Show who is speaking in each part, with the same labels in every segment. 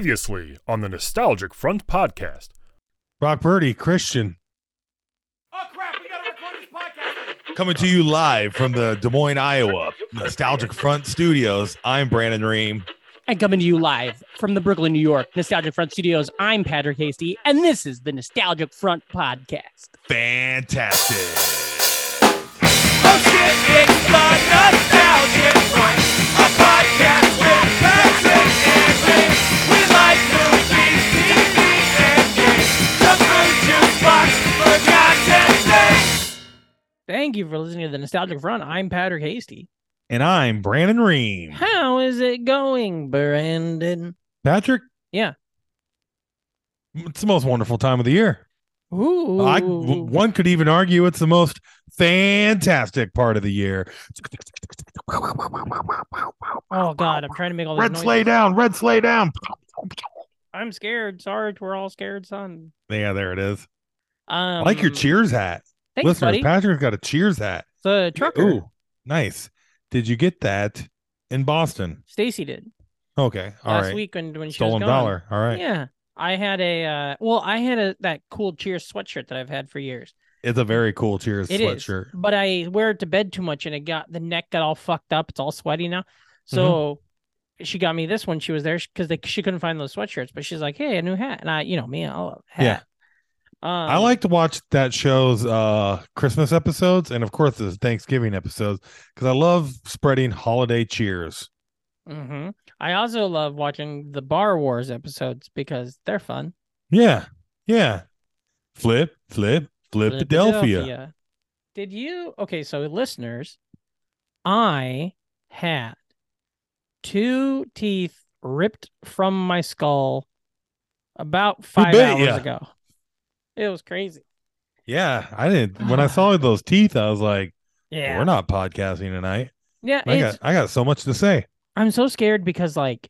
Speaker 1: Previously on the Nostalgic Front podcast.
Speaker 2: Brock Birdie, Christian.
Speaker 3: Coming to you live from the Des Moines, Iowa Nostalgic Front Studios. I'm Brandon Ream.
Speaker 4: And coming to you live from the Brooklyn, New York Nostalgic Front Studios, I'm Patrick Hasty, and this is the Nostalgic Front Podcast.
Speaker 3: Fantastic.
Speaker 4: Thank you for listening to the Nostalgic Front. I'm Patrick Hasty.
Speaker 3: And I'm Brandon Ream.
Speaker 4: How is it going, Brandon?
Speaker 2: Patrick?
Speaker 4: Yeah.
Speaker 2: It's the most wonderful time of the year.
Speaker 4: Ooh.
Speaker 2: I, w- one could even argue it's the most fantastic part of the year.
Speaker 4: oh God, I'm trying to make all that
Speaker 2: Red
Speaker 4: noise.
Speaker 2: Slay down, Red Slay down.
Speaker 4: I'm scared, Sarge. We're all scared, son.
Speaker 2: Yeah, there it is.
Speaker 4: Um,
Speaker 2: I like your Cheers hat.
Speaker 4: Thanks,
Speaker 2: Listeners,
Speaker 4: buddy.
Speaker 2: Patrick's got a Cheers hat.
Speaker 4: the trucker,
Speaker 2: Ooh, nice. Did you get that in Boston?
Speaker 4: Stacy did
Speaker 2: Okay. all right.
Speaker 4: last week when when she was
Speaker 2: Stolen
Speaker 4: gone.
Speaker 2: dollar. All right.
Speaker 4: Yeah, I had a uh, well, I had a that cool Cheers sweatshirt that I've had for years.
Speaker 2: It's a very cool Cheers
Speaker 4: It is,
Speaker 2: sweatshirt.
Speaker 4: but I wear it to bed too much, and it got the neck got all fucked up. It's all sweaty now.
Speaker 2: Mm-hmm.
Speaker 4: So she got me this one. She was there because she couldn't find those sweatshirts, but she's like, "Hey, a new hat," and I, you know me, I love
Speaker 2: Yeah.
Speaker 4: hat. Um,
Speaker 2: I like to watch that show's uh Christmas episodes and of course the Thanksgiving episodes because I love spreading holiday cheers.
Speaker 4: hmm I also love watching the Bar Wars episodes because they're fun.
Speaker 2: Yeah. Yeah. Flip, flip, flippadelphia.
Speaker 4: Philadelphia. Did you? Okay, so listeners, I had two teeth ripped from my skull about five
Speaker 2: bit
Speaker 4: hours
Speaker 2: ya?
Speaker 4: ago. It was crazy.
Speaker 2: Yeah. I didn't when I saw those teeth, I was like,
Speaker 4: Yeah.
Speaker 2: we're not podcasting tonight.
Speaker 4: yeah.
Speaker 2: I
Speaker 4: It's,
Speaker 2: got I got so much to say.
Speaker 4: I'm so scared because, like,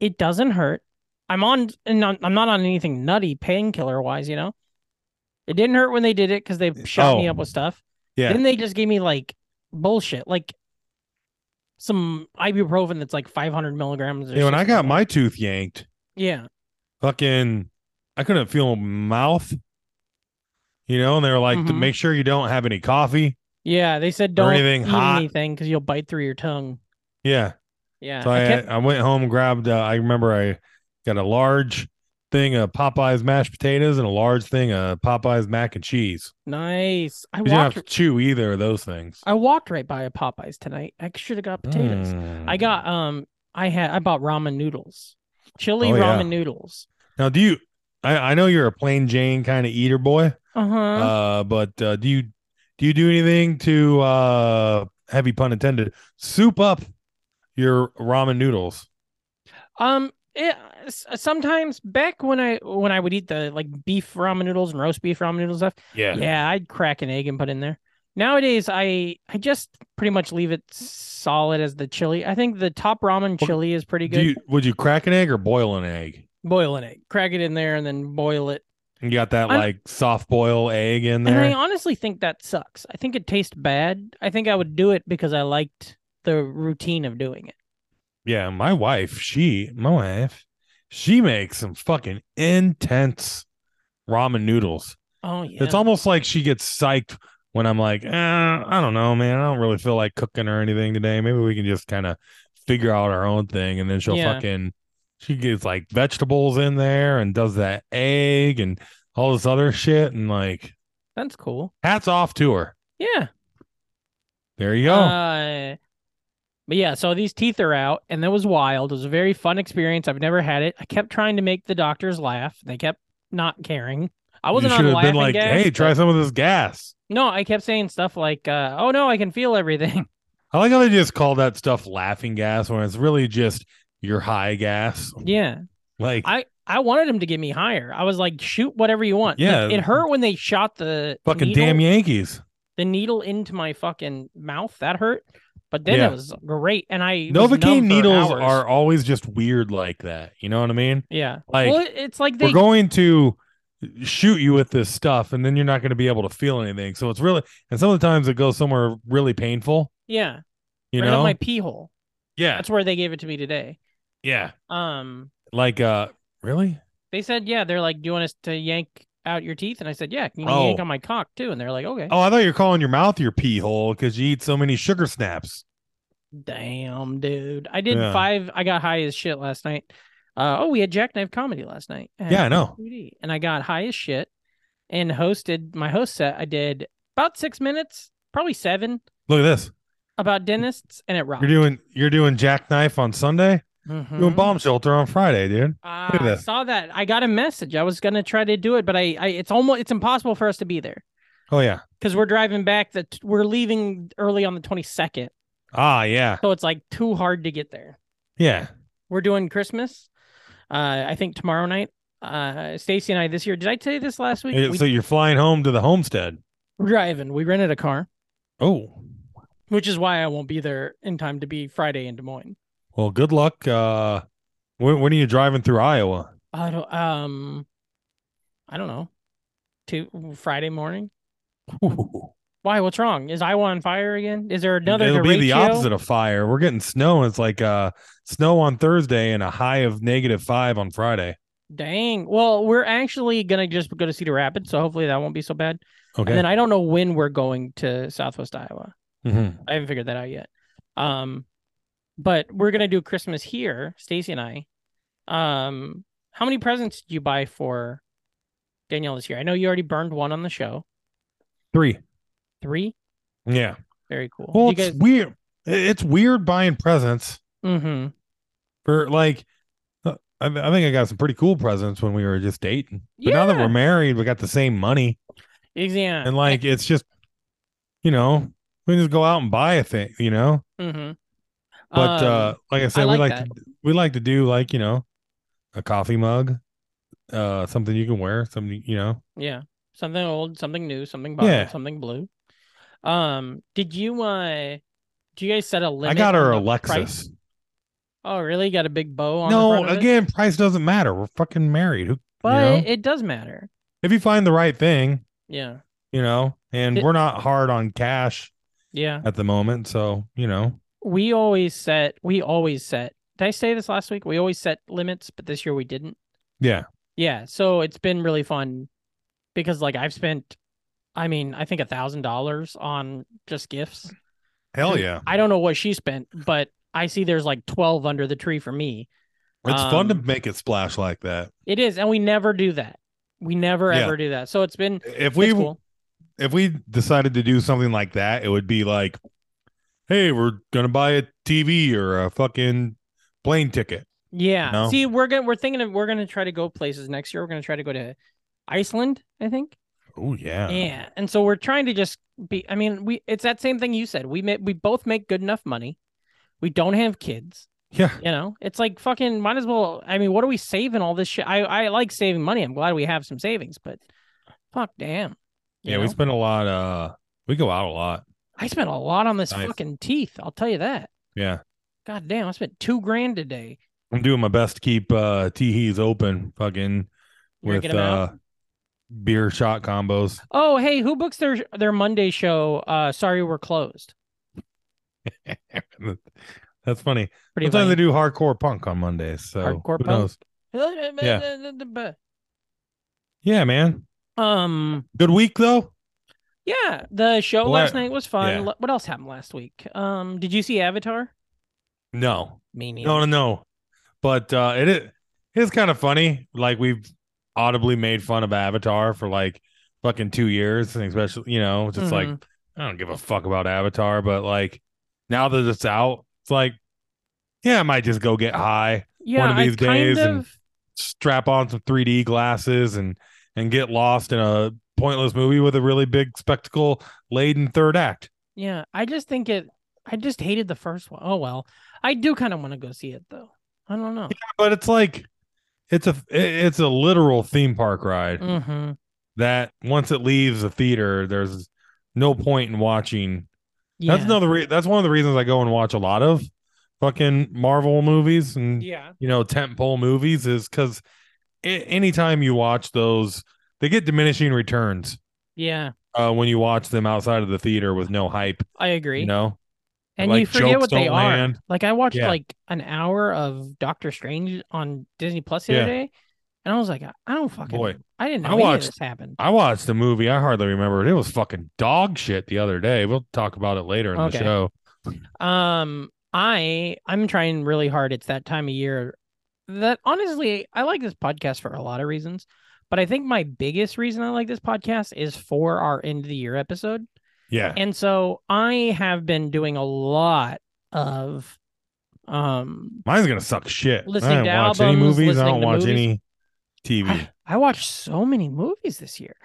Speaker 4: it doesn't hurt. I'm on, and I'm I'm not on anything nutty painkiller wise, you know? It didn't hurt when they did it because they shot me
Speaker 2: Oh.
Speaker 4: up with stuff.
Speaker 2: Yeah.
Speaker 4: Then they just gave me like bullshit, like some ibuprofen that's like 500 milligrams. Or
Speaker 2: Yeah, when I
Speaker 4: something
Speaker 2: got
Speaker 4: like
Speaker 2: my tooth yanked,
Speaker 4: that. yeah,
Speaker 2: fucking I couldn't feel my mouth. You know, and they were like, to
Speaker 4: Mhm.
Speaker 2: make sure you don't have any coffee.
Speaker 4: yeah, they said don't
Speaker 2: anything
Speaker 4: eat
Speaker 2: hot.
Speaker 4: anything because you'll bite through your tongue.
Speaker 2: Yeah.
Speaker 4: Yeah,
Speaker 2: So
Speaker 4: I
Speaker 2: I,
Speaker 4: kept-
Speaker 2: I went home, grabbed. Uh, I remember I got a large thing of Popeyes mashed potatoes and a large thing of Popeyes mac and cheese.
Speaker 4: nice. I
Speaker 2: 'Cause You don't
Speaker 4: walked.
Speaker 2: have to chew either of those things.
Speaker 4: I walked right by a Popeyes tonight. I should have got potatoes.
Speaker 2: Mm.
Speaker 4: I got um. I had I bought ramen noodles, chili
Speaker 2: Oh, yeah.
Speaker 4: ramen noodles.
Speaker 2: now. Do you? I, I know you're a plain Jane kind of eater boy,
Speaker 4: Uh-huh.
Speaker 2: uh, but uh, do you do you do anything to uh, heavy pun intended soup up your ramen noodles?
Speaker 4: Um, it, s- sometimes back when I when I would eat the like beef ramen noodles and roast beef ramen noodles and stuff, yeah, I'd crack an egg and put in there. Nowadays, I I just pretty much leave it solid as the chili. I think the top ramen
Speaker 2: Okay.
Speaker 4: chili is pretty
Speaker 2: Do
Speaker 4: good.
Speaker 2: you? Would you crack an egg or boil an egg?
Speaker 4: Boil an egg, crack it in there, and then boil it.
Speaker 2: You got that
Speaker 4: I'm-
Speaker 2: like soft boil egg in there.
Speaker 4: And I honestly think that sucks. I think it tastes bad. I think I would do it because I liked the routine of doing it.
Speaker 2: Yeah, my wife, she, my wife, she makes some fucking intense ramen noodles.
Speaker 4: Oh yeah,
Speaker 2: It's almost like she gets psyched when I'm like, eh, I don't know, man. I don't really feel like cooking or anything today. Maybe we can just kind of figure out our own thing. And then she'll
Speaker 4: Yeah.
Speaker 2: fucking, she gets like vegetables in there and does that egg and all this other shit. And like,
Speaker 4: that's cool.
Speaker 2: hats off to her.
Speaker 4: Yeah.
Speaker 2: There you go.
Speaker 4: Uh, but yeah, so these teeth are out, and that was wild. It was a very fun experience. I've never had it. I kept trying to make the doctors laugh. They kept not caring. I
Speaker 2: you
Speaker 4: wasn't
Speaker 2: should
Speaker 4: on
Speaker 2: have
Speaker 4: laughing
Speaker 2: been like,
Speaker 4: gas,
Speaker 2: hey, try
Speaker 4: but-
Speaker 2: some of this gas.
Speaker 4: No, I kept saying stuff like, uh, "Oh no, I can feel everything."
Speaker 2: I like how they just call that stuff laughing gas when it's really just your high gas.
Speaker 4: yeah,
Speaker 2: Like,
Speaker 4: I I wanted them to get me higher. I was like, "Shoot whatever you want." Like,
Speaker 2: Yeah.
Speaker 4: it hurt when they shot the
Speaker 2: fucking
Speaker 4: needle,
Speaker 2: damn Yankees.
Speaker 4: the needle into my fucking mouth. That hurt. But then
Speaker 2: Yeah.
Speaker 4: it was great, and I was numb
Speaker 2: Novocaine
Speaker 4: for
Speaker 2: needles
Speaker 4: hours.
Speaker 2: are always just weird like that. You know what I mean?
Speaker 4: yeah.
Speaker 2: Like,
Speaker 4: well, it's like they
Speaker 2: we're going to shoot you with this stuff and then you're not going to be able to feel anything. So it's really, and some of the times it goes somewhere really painful,
Speaker 4: yeah
Speaker 2: you
Speaker 4: right
Speaker 2: know?
Speaker 4: up my pee hole.
Speaker 2: yeah.
Speaker 4: That's where they gave it to me today.
Speaker 2: Yeah.
Speaker 4: Um,
Speaker 2: Like, uh, really?
Speaker 4: They said, yeah, they're like, do you want us to yank out your teeth? And I said, yeah, can you
Speaker 2: Oh.
Speaker 4: yank on my cock too? And they're like, okay.
Speaker 2: Oh, I thought you were calling your mouth your pee hole because you eat so many sugar snaps.
Speaker 4: Damn, dude. I did
Speaker 2: Yeah.
Speaker 4: five. I got high as shit last night. Uh, oh, we had Jackknife comedy last night. at
Speaker 2: Yeah, I know.
Speaker 4: 3D, And I got high as shit and hosted my host set. I did about six minutes, probably seven,
Speaker 2: Look at this.
Speaker 4: about dentists, and it rocked.
Speaker 2: You're doing you're doing jackknife on Sunday.
Speaker 4: Mhm.
Speaker 2: Doing bomb shelter on Friday, dude.
Speaker 4: Ah,
Speaker 2: Look at
Speaker 4: I
Speaker 2: this.
Speaker 4: saw that. I got a message. I was gonna try to do it, but I, I it's almost it's impossible for us to be there
Speaker 2: Oh yeah.
Speaker 4: because we're driving back. That we're leaving early on the twenty second,
Speaker 2: Ah yeah.
Speaker 4: so it's like too hard to get there.
Speaker 2: Yeah.
Speaker 4: We're doing Christmas. Uh, I think tomorrow night. Uh, Stacy and I this year. Did I tell you this last week?
Speaker 2: Yeah,
Speaker 4: We-
Speaker 2: So you're flying home to the homestead.
Speaker 4: we're driving. We rented a car,
Speaker 2: Oh.
Speaker 4: which is why I won't be there in time to be Friday in Des Moines.
Speaker 2: Well, good luck. Uh when, when are you driving through Iowa?
Speaker 4: I don't. Um, I don't know. To Friday morning.
Speaker 2: Ooh.
Speaker 4: Why? What's wrong? Is Iowa on fire again? Is there another?
Speaker 2: It'll be the
Speaker 4: derecho?
Speaker 2: opposite of fire. We're getting snow. It's like uh snow on Thursday and a high of negative five on Friday.
Speaker 4: Dang. Well, we're actually gonna just go to Cedar Rapids, so hopefully that won't be so bad.
Speaker 2: Okay.
Speaker 4: And then I don't know when we're going to Southwest Iowa.
Speaker 2: Mhm.
Speaker 4: I haven't figured that out yet. Um, but we're gonna do Christmas here, Stacy and I. Um, how many presents did you buy for Danielle this year? I know you already burned one on the show.
Speaker 2: Three.
Speaker 4: Three.
Speaker 2: Yeah.
Speaker 4: Very cool.
Speaker 2: Well,
Speaker 4: you
Speaker 2: it's
Speaker 4: guys.
Speaker 2: weird. I- It's weird buying presents
Speaker 4: Mm-hmm.
Speaker 2: for like. uh, I, I think I got some pretty cool presents when we were just dating. But now that
Speaker 4: Yeah.
Speaker 2: we're married, we got the same money,
Speaker 4: Yeah.
Speaker 2: and like it's just, you know, we can just go out and buy a thing, you know.
Speaker 4: mm-hmm. Um,
Speaker 2: But uh, like I said, we
Speaker 4: like
Speaker 2: like to, we like to do like you know, a coffee mug, uh, something you can wear, something you know.
Speaker 4: Yeah. Something old, something new, something bottled,
Speaker 2: Yeah.
Speaker 4: something blue. Um, did you uh do you guys set a limit?
Speaker 2: I got her
Speaker 4: on the price?
Speaker 2: Alexis.
Speaker 4: Oh, really? Got a big bow on the
Speaker 2: No,
Speaker 4: front of it?
Speaker 2: again, price doesn't matter. We're fucking married. Who,
Speaker 4: But
Speaker 2: you know?
Speaker 4: it does matter.
Speaker 2: if you find the right thing,
Speaker 4: Yeah.
Speaker 2: you know, and
Speaker 4: It-
Speaker 2: we're not hard on cash.
Speaker 4: Yeah.
Speaker 2: at the moment. So, you know,
Speaker 4: We always set we always set did I say this last week? We always set limits, but this year we didn't.
Speaker 2: yeah.
Speaker 4: Yeah. So it's been really fun because like I've spent I mean, I think a thousand dollars on just gifts.
Speaker 3: Hell yeah.
Speaker 4: I don't know what she spent, but I see there's like twelve under the tree for me.
Speaker 3: It's fun to
Speaker 4: Um,
Speaker 3: make it splash like that.
Speaker 4: It is, and we never do that. We never
Speaker 3: Yeah.
Speaker 4: ever do that. So it's been
Speaker 3: If
Speaker 4: we
Speaker 3: we
Speaker 4: cool.
Speaker 3: if we decided to do something like that, it would be like, hey, we're gonna buy a TV or a fucking plane ticket.
Speaker 4: yeah.
Speaker 3: No.
Speaker 4: See, we're gonna we're thinking of we're gonna try to go places next year. We're gonna try to go to Iceland, I think.
Speaker 2: Oh, yeah.
Speaker 4: Yeah, and so we're trying to just be. I mean, we it's that same thing you said. We make we both make good enough money. We don't have kids.
Speaker 2: Yeah.
Speaker 4: You know, it's like fucking might as well. I mean, what are we saving all this shit? I I like saving money. I'm glad we have some savings, but fuck, damn. you
Speaker 2: Yeah. We
Speaker 4: know?
Speaker 2: spend a lot. Uh, we go out a lot.
Speaker 4: I spent a lot on this
Speaker 2: Nice.
Speaker 4: fucking teeth. I'll tell you that.
Speaker 2: Yeah.
Speaker 4: God damn, I spent two grand today.
Speaker 2: I'm doing my best to keep uh Teehees open fucking with
Speaker 4: Drinking 'em out?
Speaker 2: uh beer shot combos.
Speaker 4: Oh, hey, who books their their Monday show? Uh, sorry, we're closed.
Speaker 2: That's funny.
Speaker 4: Pretty
Speaker 2: Sometimes they
Speaker 4: funny.
Speaker 2: do hardcore punk on Mondays. So
Speaker 4: Hardcore
Speaker 2: who
Speaker 4: punk?
Speaker 2: knows? Yeah, man.
Speaker 4: Um,
Speaker 2: Good week though.
Speaker 4: yeah, the show
Speaker 2: Well,
Speaker 4: last
Speaker 2: I-
Speaker 4: night was fun.
Speaker 2: yeah.
Speaker 4: L- What else happened last week? Um, did you see Avatar?
Speaker 2: No,
Speaker 4: Me neither.
Speaker 2: no, no, no. But uh, it is it's kind of funny. Like we've audibly made fun of Avatar for like fucking two years, and especially you know, just like
Speaker 4: Mhm.
Speaker 2: I don't give a fuck about Avatar, but like now that it's out, it's like yeah, I might just go get high,
Speaker 4: yeah,
Speaker 2: one of
Speaker 4: I
Speaker 2: these
Speaker 4: kind
Speaker 2: days and-
Speaker 4: of-
Speaker 2: strap on some 3D glasses, and and get lost in a pointless movie with a really big spectacle laden third act.
Speaker 4: yeah, I just think it. I just hated the first one. Oh well, I do kind of want to go see it though. I don't know.
Speaker 2: But it's like it's a it's a literal theme park ride.
Speaker 4: Mm-hmm.
Speaker 2: that once it leaves the theater, there's no point in watching.
Speaker 4: Yeah.
Speaker 2: That's another. Re- that's one of the reasons I go and watch a lot of fucking Marvel movies and
Speaker 4: Yeah.
Speaker 2: you know tentpole movies is because anytime you watch those, they get diminishing returns
Speaker 4: Yeah.
Speaker 2: uh, when you watch them outside of the theater with no hype.
Speaker 4: I agree.
Speaker 2: You know,
Speaker 4: and
Speaker 2: like,
Speaker 4: you forget
Speaker 2: jokes
Speaker 4: what they
Speaker 2: don't
Speaker 4: are.
Speaker 2: land.
Speaker 4: Like I watched
Speaker 2: Yeah.
Speaker 4: like an hour of Doctor Strange on Disney Plus the
Speaker 2: Yeah.
Speaker 4: other day, and I was like, I I don't fucking,
Speaker 2: Boy,
Speaker 4: I didn't know
Speaker 2: I
Speaker 4: any of
Speaker 2: watched-
Speaker 4: this happened.
Speaker 2: I watched a movie. I hardly remember it. It was fucking dog shit the other day. We'll talk about it later in
Speaker 4: Okay.
Speaker 2: the show.
Speaker 4: Um, I I'm trying really hard. It's that time of year that honestly I like this podcast for a lot of reasons, but I think my biggest reason I like this podcast is for our end of the year episode.
Speaker 2: Yeah.
Speaker 4: And so I have been doing a lot of um
Speaker 2: Mine's gonna suck shit.
Speaker 4: Listening
Speaker 2: I don't watch
Speaker 4: to
Speaker 2: any
Speaker 4: albums,
Speaker 2: movies. I
Speaker 4: listening
Speaker 2: don't
Speaker 4: to
Speaker 2: watch
Speaker 4: movies.
Speaker 2: any TV.
Speaker 4: I watched so many movies this year.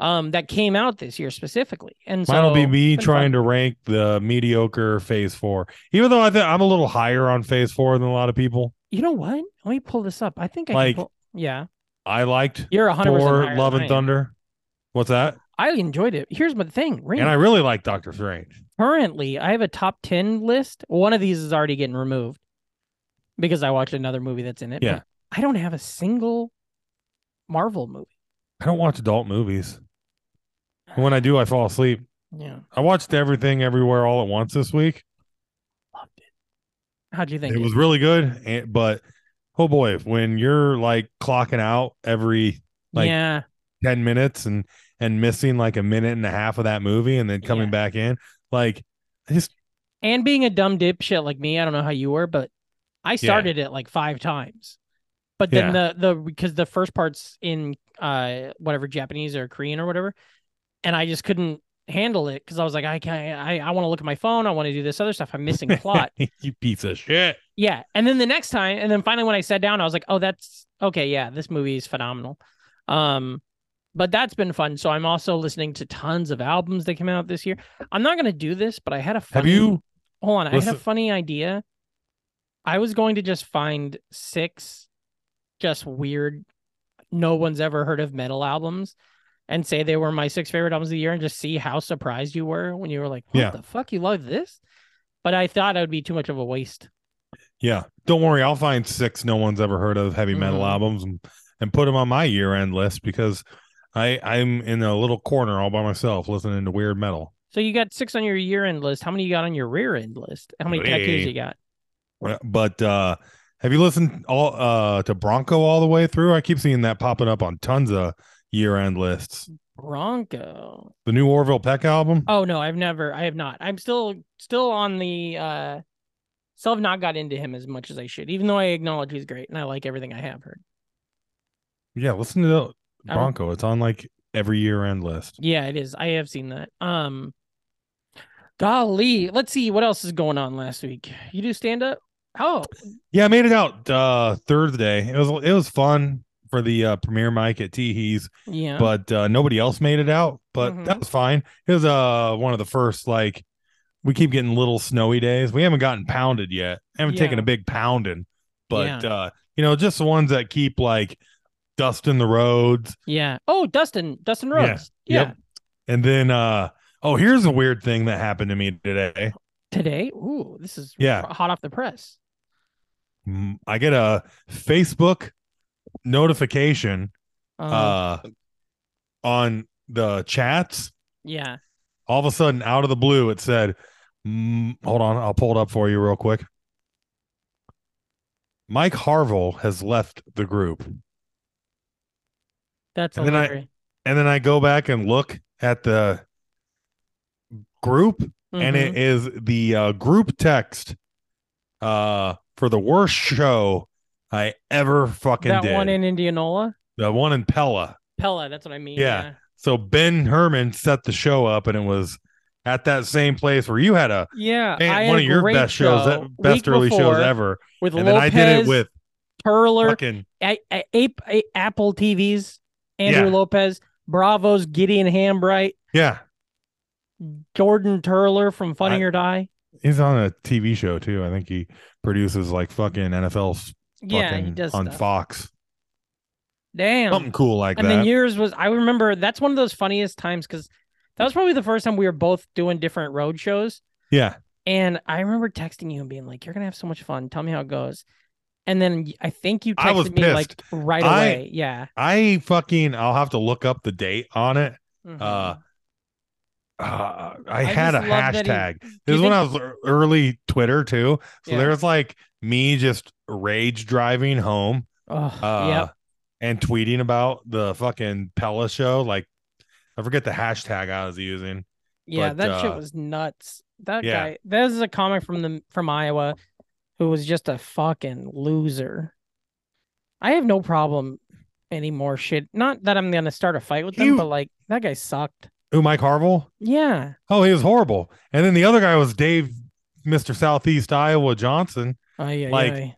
Speaker 4: Um that came out this year specifically. And
Speaker 2: Mine'll
Speaker 4: so
Speaker 2: be me
Speaker 4: it's been
Speaker 2: trying
Speaker 4: fun.
Speaker 2: to rank the mediocre Phase Four. Even though I think I'm a little higher on Phase Four than a lot of people.
Speaker 4: You know what? Let me pull this up. I think I
Speaker 2: Like-
Speaker 4: can pull... Yeah.
Speaker 2: I liked
Speaker 4: You're 100%
Speaker 2: Thor:
Speaker 4: higher
Speaker 2: Love
Speaker 4: than
Speaker 2: and
Speaker 4: I am.
Speaker 2: Thunder. What's that?
Speaker 4: I enjoyed it. Here's my thing. Ring.
Speaker 2: And I really like Doctor Strange.
Speaker 4: Currently, I have a top 10 list. One of these is already getting removed because I watched another movie that's in it. but
Speaker 2: Yeah.
Speaker 4: I don't have a single Marvel movie.
Speaker 2: I don't watch adult movies. And when I do, I fall asleep.
Speaker 4: Yeah.
Speaker 2: I watched everything everywhere all at once this week.
Speaker 4: How'd you think?
Speaker 2: it was really good, and, but oh boy, when you're like clocking out every like
Speaker 4: yeah.
Speaker 2: 10 minutes and and missing like a minute and a half of that movie and then coming
Speaker 4: Yeah.
Speaker 2: back in, like I just
Speaker 4: And being a dumb dipshit like me, I don't know how you were, but I started it like five times. But then the the because the first part's in uh whatever Japanese or Korean or whatever, and I just couldn't handle it because I was like, I can't I, I want to look at my phone, I want to do this other stuff. I'm missing plot.
Speaker 2: you piece of shit.
Speaker 4: Yeah. And then the next time, and then finally when I sat down, I was like, oh, that's okay. Yeah, this movie is phenomenal. Um, but that's been fun. So I'm also listening to tons of albums that came out this year. I'm not gonna do this, but I had a
Speaker 2: Have
Speaker 4: funny
Speaker 2: you
Speaker 4: hold on, I had
Speaker 2: listen-
Speaker 4: a funny idea. I was going to just find six just weird, no one's ever heard of metal albums and say they were my six favorite albums of the year and just see how surprised you were when you were like, What
Speaker 2: Yeah.
Speaker 4: the fuck you love this? But I thought it would be too much of a waste.
Speaker 2: Yeah. Don't worry, I'll find six no one's ever heard of heavy metal
Speaker 4: Mhm.
Speaker 2: albums and, and put them on my year end list because I I'm in a little corner all by myself listening to weird metal.
Speaker 4: So you got six on your year end list. How many you got on your rear end list? How many tattoos
Speaker 2: Three.
Speaker 4: you got?
Speaker 2: But uh have you listened all uh to Bronco all the way through? I keep seeing that popping up on tons of year end lists.
Speaker 4: Bronco.
Speaker 2: The new Orville Peck album?
Speaker 4: Oh no, I've never. I have not. I'm still still on the. uh Still have not got into him as much as I should, even though I acknowledge he's great and I like everything I have heard.
Speaker 2: Yeah, listen to
Speaker 4: I don't-
Speaker 2: Bronco. It's on like every year end list.
Speaker 4: Yeah, it is. I have seen that. Um, golly, let's see what else is going on last week. You do stand up. Oh,
Speaker 2: Yeah, I made it out uh Thursday. It was it was fun for the uh premiere mic at Teehee's.
Speaker 4: yeah.
Speaker 2: but uh, nobody else made it out. But that
Speaker 4: Mhm.
Speaker 2: was fine. It was uh one of the first like we keep getting little snowy days. We haven't gotten pounded yet. haven't taken
Speaker 4: Yeah.
Speaker 2: a big pounding, but uh, you know, just the ones that keep like dusting the roads.
Speaker 4: yeah. Oh, Dustin. Dustin
Speaker 2: Yeah.
Speaker 4: Rhodes. Yeah.
Speaker 2: Yep. And then uh oh, here's a weird thing that happened to me today.
Speaker 4: Today. Ooh, this is
Speaker 2: Yeah.
Speaker 4: hot off the press.
Speaker 2: Mm, I get a Facebook notification
Speaker 4: Um,
Speaker 2: uh on the chats
Speaker 4: yeah.
Speaker 2: all of a sudden out of the blue it said mm, hold on i'll pull it up for you real quick mike harville has left the group
Speaker 4: That's
Speaker 2: And then I-
Speaker 4: hilarious.
Speaker 2: and then i go back and look at the group and
Speaker 4: Mhm.
Speaker 2: it is the uh, group text uh for the worst show i ever fucking
Speaker 4: Mm-hmm. that
Speaker 2: did
Speaker 4: one in Indianola,
Speaker 2: the one in pella
Speaker 4: Pella. That's what I mean.
Speaker 2: Yeah. so ben herman set the show up and it was at that same place where you had a
Speaker 4: yeah.
Speaker 2: man,
Speaker 4: I had
Speaker 2: one
Speaker 4: a
Speaker 2: of your
Speaker 4: great
Speaker 2: best shows
Speaker 4: show
Speaker 2: that best
Speaker 4: week
Speaker 2: early shows
Speaker 4: before
Speaker 2: ever
Speaker 4: with
Speaker 2: and
Speaker 4: Lopez,
Speaker 2: then I did it with
Speaker 4: Turler,
Speaker 2: fucking
Speaker 4: I, I, Ape, I, Apple TVs, Andrew
Speaker 2: Yeah.
Speaker 4: Lopez, Bravo's Gideon Hambright,
Speaker 2: yeah.
Speaker 4: Jordan Turler from Funny
Speaker 2: I-
Speaker 4: or Die.
Speaker 2: He's on a TV show too. I think he produces like fucking NFL fucking
Speaker 4: Yeah, he does
Speaker 2: on
Speaker 4: stuff.
Speaker 2: Fox,
Speaker 4: Damn.
Speaker 2: something cool like
Speaker 4: and
Speaker 2: that.
Speaker 4: then yours was I remember that's one of those funniest times because that was probably the first time we were both doing different road shows.
Speaker 2: yeah,
Speaker 4: And I remember texting you and being like, "You're gonna have so much fun. Tell me how it goes." And then y- I think you
Speaker 2: I was
Speaker 4: texted me like right
Speaker 2: I-
Speaker 4: away. yeah. Mm-hmm.
Speaker 2: I fucking I'll have to look up the date on it.
Speaker 4: Mhm.
Speaker 2: Uh, uh, I, had a
Speaker 4: just love that he-
Speaker 2: hashtag.
Speaker 4: Do
Speaker 2: This
Speaker 4: you
Speaker 2: is when I
Speaker 4: think-
Speaker 2: was ear- early Twitter too. So
Speaker 4: Yeah.
Speaker 2: there's like me just rage driving home
Speaker 4: Oh,
Speaker 2: uh,
Speaker 4: yep.
Speaker 2: and tweeting about the fucking Pella show. Like, I forget the hashtag I was using.
Speaker 4: Yeah,
Speaker 2: but,
Speaker 4: that shit
Speaker 2: uh,
Speaker 4: was nuts. That
Speaker 2: yeah.
Speaker 4: guy. This is a comic from the from Iowa who was just a fucking loser. I have no problem anymore shit. Not that I'm gonna start a fight with them,
Speaker 2: You-
Speaker 4: but like that guy sucked.
Speaker 2: Who, Mike Harville?
Speaker 4: Yeah.
Speaker 2: Oh, he was horrible. And then the other guy was Dave, Mr. Southeast Iowa Johnson.
Speaker 4: Ay, ay,
Speaker 2: Like,
Speaker 4: ay.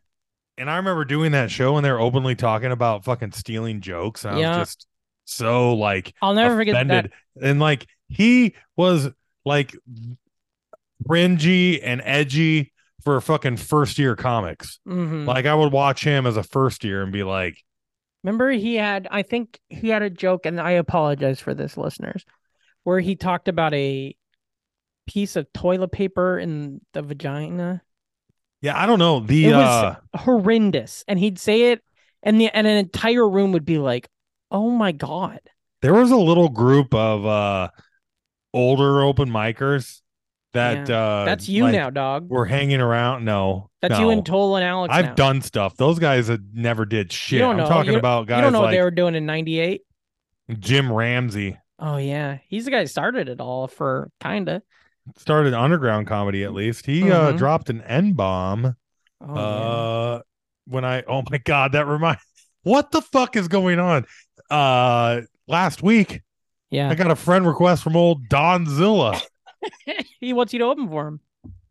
Speaker 2: And I remember doing that show and they were openly talking about fucking stealing jokes. And I
Speaker 4: Yeah.
Speaker 2: was just so like
Speaker 4: I'll never forget that.
Speaker 2: offended. And like he was like cringy and edgy for fucking first year comics.
Speaker 4: Mhm.
Speaker 2: Like I would watch him as a first year and be like,
Speaker 4: Remember, he had, I think he had a joke, and I apologize for this, listeners, where he talked about a piece of toilet paper in the vagina.
Speaker 2: yeah, I don't know. The
Speaker 4: It was-
Speaker 2: uh
Speaker 4: Horrendous. And he'd say it, and the and an entire room would be like, oh my God.
Speaker 2: there was a little group of uh older open micers that uh
Speaker 4: That's you
Speaker 2: like,
Speaker 4: now, dog.
Speaker 2: Were hanging around. No.
Speaker 4: That's
Speaker 2: no.
Speaker 4: you and Toll and Alex.
Speaker 2: I've
Speaker 4: now.
Speaker 2: done stuff. Those guys had never did shit.
Speaker 4: don't
Speaker 2: I'm
Speaker 4: know.
Speaker 2: talking
Speaker 4: You-
Speaker 2: about
Speaker 4: you
Speaker 2: guys
Speaker 4: don't know what they
Speaker 2: like
Speaker 4: were doing in 98.
Speaker 2: Jim Ramsey.
Speaker 4: Oh, yeah. He's the guy who started it all for kind of.
Speaker 2: Started underground comedy at least. He uh
Speaker 4: Mhm.
Speaker 2: dropped an N bomb
Speaker 4: Oh, yeah.
Speaker 2: uh when i oh my god that reminds what the fuck is going on uh last week
Speaker 4: yeah.
Speaker 2: i got a friend request from old donzilla
Speaker 4: he wants you to open for him.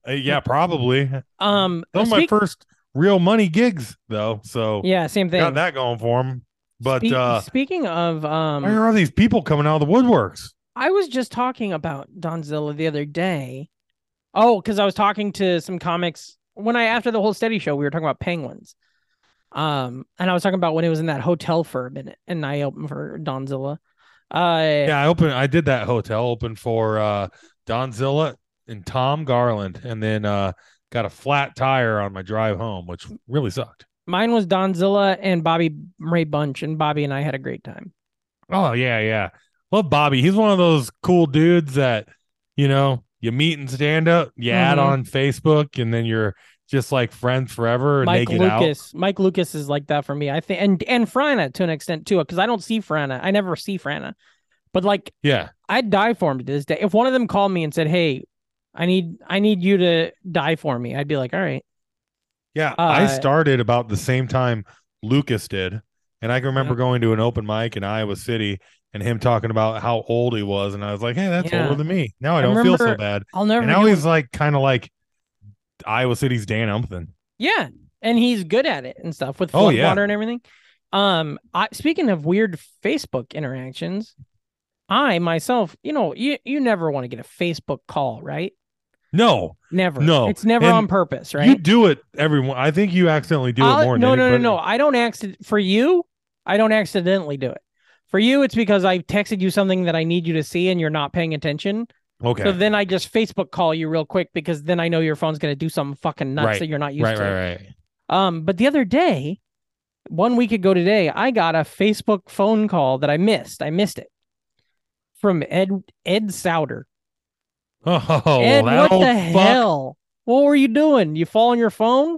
Speaker 2: uh, yeah probably Mm. those
Speaker 4: Um,
Speaker 2: are my
Speaker 4: speak-
Speaker 2: first real money gigs though so
Speaker 4: yeah, same thing.
Speaker 2: got that going for him but
Speaker 4: Spe-
Speaker 2: uh
Speaker 4: speaking of,
Speaker 2: where
Speaker 4: um,
Speaker 2: are these people coming out of the woodworks
Speaker 4: I was just talking about Donzilla the other day. Oh, because I was talking to some comics when I after the whole steady show, we were talking about penguins. Um, and I was talking about when it was in that hotel for a minute, and I opened for Donzilla. Uh,
Speaker 2: yeah i opened i did that hotel open for uh donzilla and tom garland and then uh got a flat tire on my drive home which really sucked
Speaker 4: mine was Donzilla and Bobby Ray Bunch, and Bobby and I had a great time.
Speaker 2: Oh yeah, yeah. Love Bobby. He's one of those cool dudes that you know you meet and stand up, you add
Speaker 4: Mhm.
Speaker 2: on Facebook, and then you're just like friends forever. And
Speaker 4: Mike
Speaker 2: naked out.
Speaker 4: Lucas, Mike Lucas is like that for me. I think, and and Frana to an extent too, because I don't see Frana, I never see Frana, but like
Speaker 2: Yeah,
Speaker 4: I'd die for him to this day. If one of them called me and said, "Hey, I need I need you to die for me," I'd be like, "All right."
Speaker 2: yeah. I
Speaker 4: Uh,
Speaker 2: started about the same time Lucas did, and I can remember
Speaker 4: Yeah.
Speaker 2: going to an open mic in Iowa City and him talking about how old he was, and I was like, hey, that's
Speaker 4: Yeah.
Speaker 2: older than me. Now I
Speaker 4: I
Speaker 2: don't feel so
Speaker 4: remember-
Speaker 2: bad.
Speaker 4: I'll never.
Speaker 2: And now
Speaker 4: do
Speaker 2: he's like kind of like Iowa City's Dan Umpton.
Speaker 4: Yeah, and he's good at it and stuff with
Speaker 2: Oh,
Speaker 4: flood
Speaker 2: yeah.
Speaker 4: water and everything. Um, I speaking of weird Facebook interactions, I myself, you know, you you never want to get a Facebook call, right?
Speaker 2: No,
Speaker 4: Never.
Speaker 2: No,
Speaker 4: it's never
Speaker 2: and
Speaker 4: on purpose,
Speaker 2: you
Speaker 4: right?
Speaker 2: do it every. I think you accidentally do
Speaker 4: I'll-
Speaker 2: it more. Than
Speaker 4: no, no, no,
Speaker 2: anybody-
Speaker 4: no. I don't accident for you. I don't accidentally do it. For you, it's because I texted you something that I need you to see and you're not paying attention.
Speaker 2: Okay.
Speaker 4: So then I just Facebook call you real quick because then I know your phone's gonna do something fucking nuts
Speaker 2: Right.
Speaker 4: that you're not used
Speaker 2: right,
Speaker 4: to.
Speaker 2: right, right.
Speaker 4: Um, but the other day, one week ago today, I got a Facebook phone call that I missed. I missed it from Ed Ed Souter.
Speaker 2: Oh,
Speaker 4: Ed,
Speaker 2: that
Speaker 4: what
Speaker 2: old
Speaker 4: the
Speaker 2: fuck.
Speaker 4: hell? What were you doing? You fall on your phone?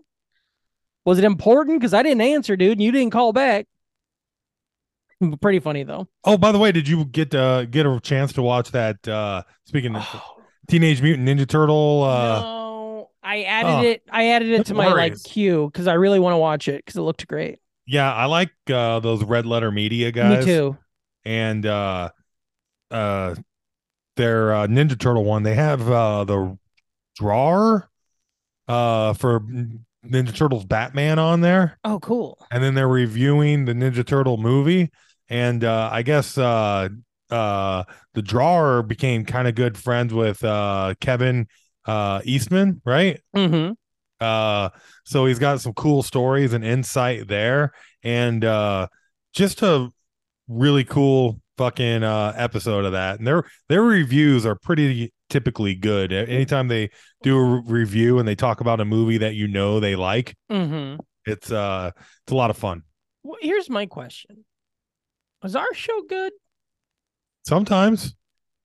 Speaker 4: Was it important? Because I didn't answer, dude, and you didn't call back. Pretty funny though.
Speaker 2: Oh, by the way, did you get uh, get a chance to watch that? Uh, speaking of Teenage Mutant Ninja Turtle, uh,
Speaker 4: no, I added
Speaker 2: oh,
Speaker 4: it. I added
Speaker 2: no
Speaker 4: it to my like
Speaker 2: worries.
Speaker 4: queue because I really want to watch it because it looked great.
Speaker 2: yeah, I like uh, those Red Letter Media guys.
Speaker 4: Me too.
Speaker 2: And uh, uh, their uh, Ninja Turtle one, they have uh, the drawer uh, for Ninja Turtles Batman on there.
Speaker 4: Oh, cool.
Speaker 2: and then they're reviewing the Ninja Turtle movie. And uh, I guess uh, uh, the drawer became kind of good friends with uh, Kevin uh, Eastman, right?
Speaker 4: Mm-hmm.
Speaker 2: Uh, so he's got some cool stories and insight there, and uh, just a really cool fucking uh, episode of that. And their their reviews are pretty typically good. Anytime they do a re- review and they talk about a movie that you know they like,
Speaker 4: Mm-hmm.
Speaker 2: it's uh, it's a lot of fun.
Speaker 4: Well, here's my question: Was our show good?
Speaker 2: Sometimes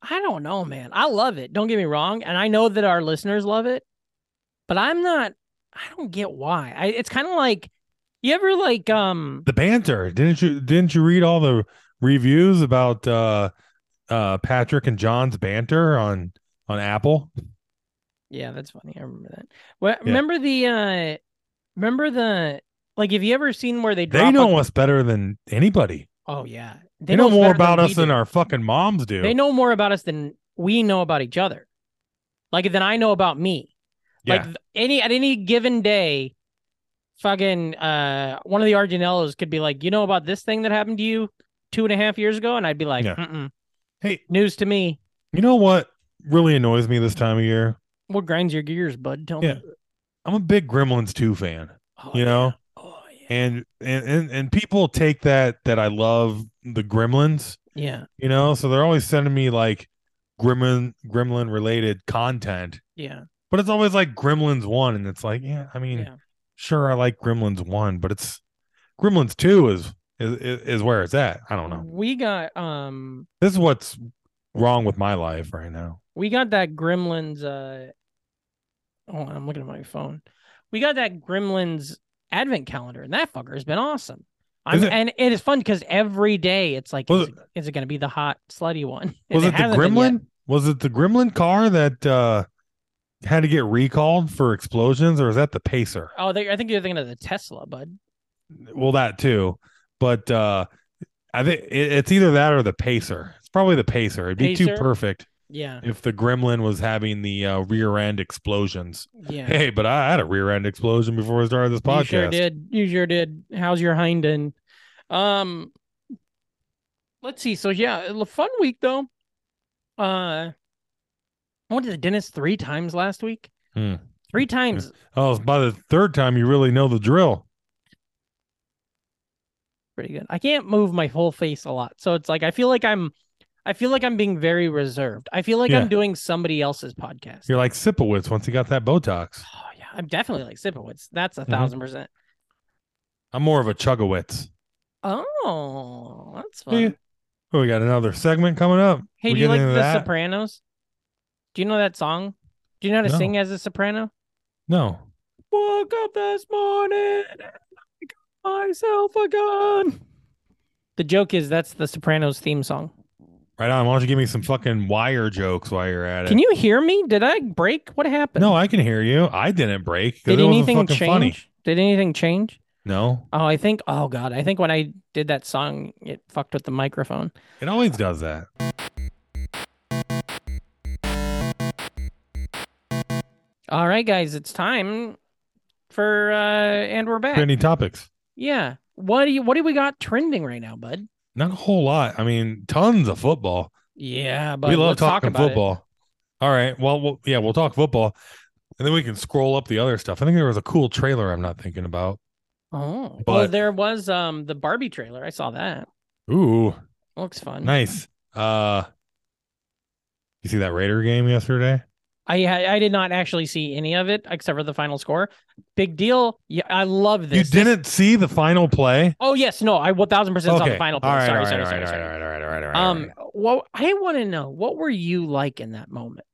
Speaker 4: I don't know, man. I love it. Don't get me wrong, and I know that our listeners love it, but I'm not. I don't get why. I, it's kind of like you ever like um
Speaker 2: The banter. Didn't you didn't you read all the reviews about uh uh Patrick and John's banter on on Apple?
Speaker 4: yeah, that's funny. I remember that. Well, remember the uh remember the like have you ever seen where they drop
Speaker 2: They
Speaker 4: a-
Speaker 2: know us better than anybody.
Speaker 4: Oh yeah.
Speaker 2: They, know, more
Speaker 4: better
Speaker 2: about
Speaker 4: we
Speaker 2: us
Speaker 4: do.
Speaker 2: than our fucking moms do.
Speaker 4: They know more about us than we know about each other. Like than I know about me. Like
Speaker 2: Yeah.
Speaker 4: th- any at any given day, fucking uh one of the Arginellos could be like, you know about this thing that happened to you two and a half years ago? And I'd be like,
Speaker 2: Yeah.
Speaker 4: Mm-mm,
Speaker 2: Hey,
Speaker 4: news to me.
Speaker 2: you know what really annoys me this time of year?
Speaker 4: What grinds your gears, bud? Tell
Speaker 2: Yeah.
Speaker 4: me.
Speaker 2: I'm a big Gremlins 2 fan.
Speaker 4: Oh,
Speaker 2: You know?
Speaker 4: yeah. Oh yeah.
Speaker 2: And and and, and people take that that I love the Gremlins,
Speaker 4: Yeah.
Speaker 2: you know? So they're always sending me like gremlin gremlin related content.
Speaker 4: Yeah.
Speaker 2: But it's always like Gremlins 1 and it's like, yeah, I mean,
Speaker 4: Yeah.
Speaker 2: sure I like Gremlins 1, but it's Gremlins 2 is is, is where it's at. I don't know.
Speaker 4: We got um
Speaker 2: This is what's wrong with my life right now.
Speaker 4: we got that Gremlins uh hold on, I'm looking at my phone. We got that Gremlins advent calendar and that fucker has been awesome. I'm,
Speaker 2: Is it-
Speaker 4: and it is fun because every day it's like,
Speaker 2: Was
Speaker 4: is it, is it going to be the hot slutty one? And
Speaker 2: was it, the
Speaker 4: hasn't been yet.
Speaker 2: gremlin was it the gremlin car that uh had to get recalled for explosions or is that the pacer
Speaker 4: Oh, they, I think you're thinking of the Tesla, bud.
Speaker 2: well that too but uh i think it, it's either that or the pacer it's probably the pacer it'd be too
Speaker 4: Pacer?
Speaker 2: perfect
Speaker 4: Yeah,
Speaker 2: if the gremlin was having the uh, rear end explosions
Speaker 4: yeah.
Speaker 2: hey but i had a rear end explosion before i started this podcast
Speaker 4: You sure did. You sure did. How's your hind end? Um, let's see. So yeah, a fun week though. Uh, I went to the dentist three times last week.
Speaker 2: Hmm.
Speaker 4: Three times.
Speaker 2: oh by the third time you really know the drill
Speaker 4: Pretty good. I can't move my whole face a lot, so it's like I feel like I'm, I feel like I'm being very reserved. I feel like
Speaker 2: Yeah.
Speaker 4: I'm doing somebody else's podcast.
Speaker 2: you're like sipowitz once he got that botox
Speaker 4: Oh yeah, I'm definitely like Sipowitz. That's a
Speaker 2: Mhm.
Speaker 4: 1000 percent.
Speaker 2: i'm more of a chugowitz
Speaker 4: Oh, that's fun.
Speaker 2: yeah. oh we got another segment coming up
Speaker 4: Hey,
Speaker 2: We
Speaker 4: do you
Speaker 2: getting
Speaker 4: like
Speaker 2: into
Speaker 4: The
Speaker 2: that?
Speaker 4: Sopranos? Do you know that song? Do you know how to
Speaker 2: No.
Speaker 4: sing as a soprano?
Speaker 2: no
Speaker 4: Woke up this morning and I got myself a gun. The joke is that's the Sopranos theme song.
Speaker 2: Right on. Why don't you give me some fucking wire jokes while you're at it?
Speaker 4: Can you hear me? Did I break? What happened?
Speaker 2: No, I can hear you. I didn't break. 'cause
Speaker 4: Did
Speaker 2: it wasn't
Speaker 4: anything
Speaker 2: fucking
Speaker 4: change? Did anything change?
Speaker 2: No,
Speaker 4: Oh, I think. Oh God, I think when I did that song, it fucked with the microphone.
Speaker 2: it always does that.
Speaker 4: All right, guys, it's time for uh, and we're back.
Speaker 2: Any topics?
Speaker 4: Yeah. What do you? What do we got trending right now, bud?
Speaker 2: Not a whole lot. I mean, tons of football.
Speaker 4: Yeah, but
Speaker 2: we love
Speaker 4: let's talk
Speaker 2: talking
Speaker 4: about it.
Speaker 2: football. All right. Well, we'll, yeah, we'll talk football, and then we can scroll up the other stuff. I think there was a cool trailer I'm not thinking about.
Speaker 4: Oh, well,
Speaker 2: But-
Speaker 4: there was um the Barbie trailer. I saw that.
Speaker 2: Ooh,
Speaker 4: Looks fun.
Speaker 2: nice. Uh, you see that Raider game yesterday?
Speaker 4: I had- I did not actually see any of it except for the final score. Big deal. Yeah, I love this.
Speaker 2: You
Speaker 4: This-
Speaker 2: didn't see the final play?
Speaker 4: Oh yes, no. I one thousand percent saw
Speaker 2: okay.
Speaker 4: the final.
Speaker 2: All
Speaker 4: play.
Speaker 2: right,
Speaker 4: sorry,
Speaker 2: all right,
Speaker 4: sorry,
Speaker 2: all
Speaker 4: sorry,
Speaker 2: right,
Speaker 4: sorry.
Speaker 2: all right, all right, all right, all right, all
Speaker 4: Um,
Speaker 2: right.
Speaker 4: well, I want to know what were you like in that moment?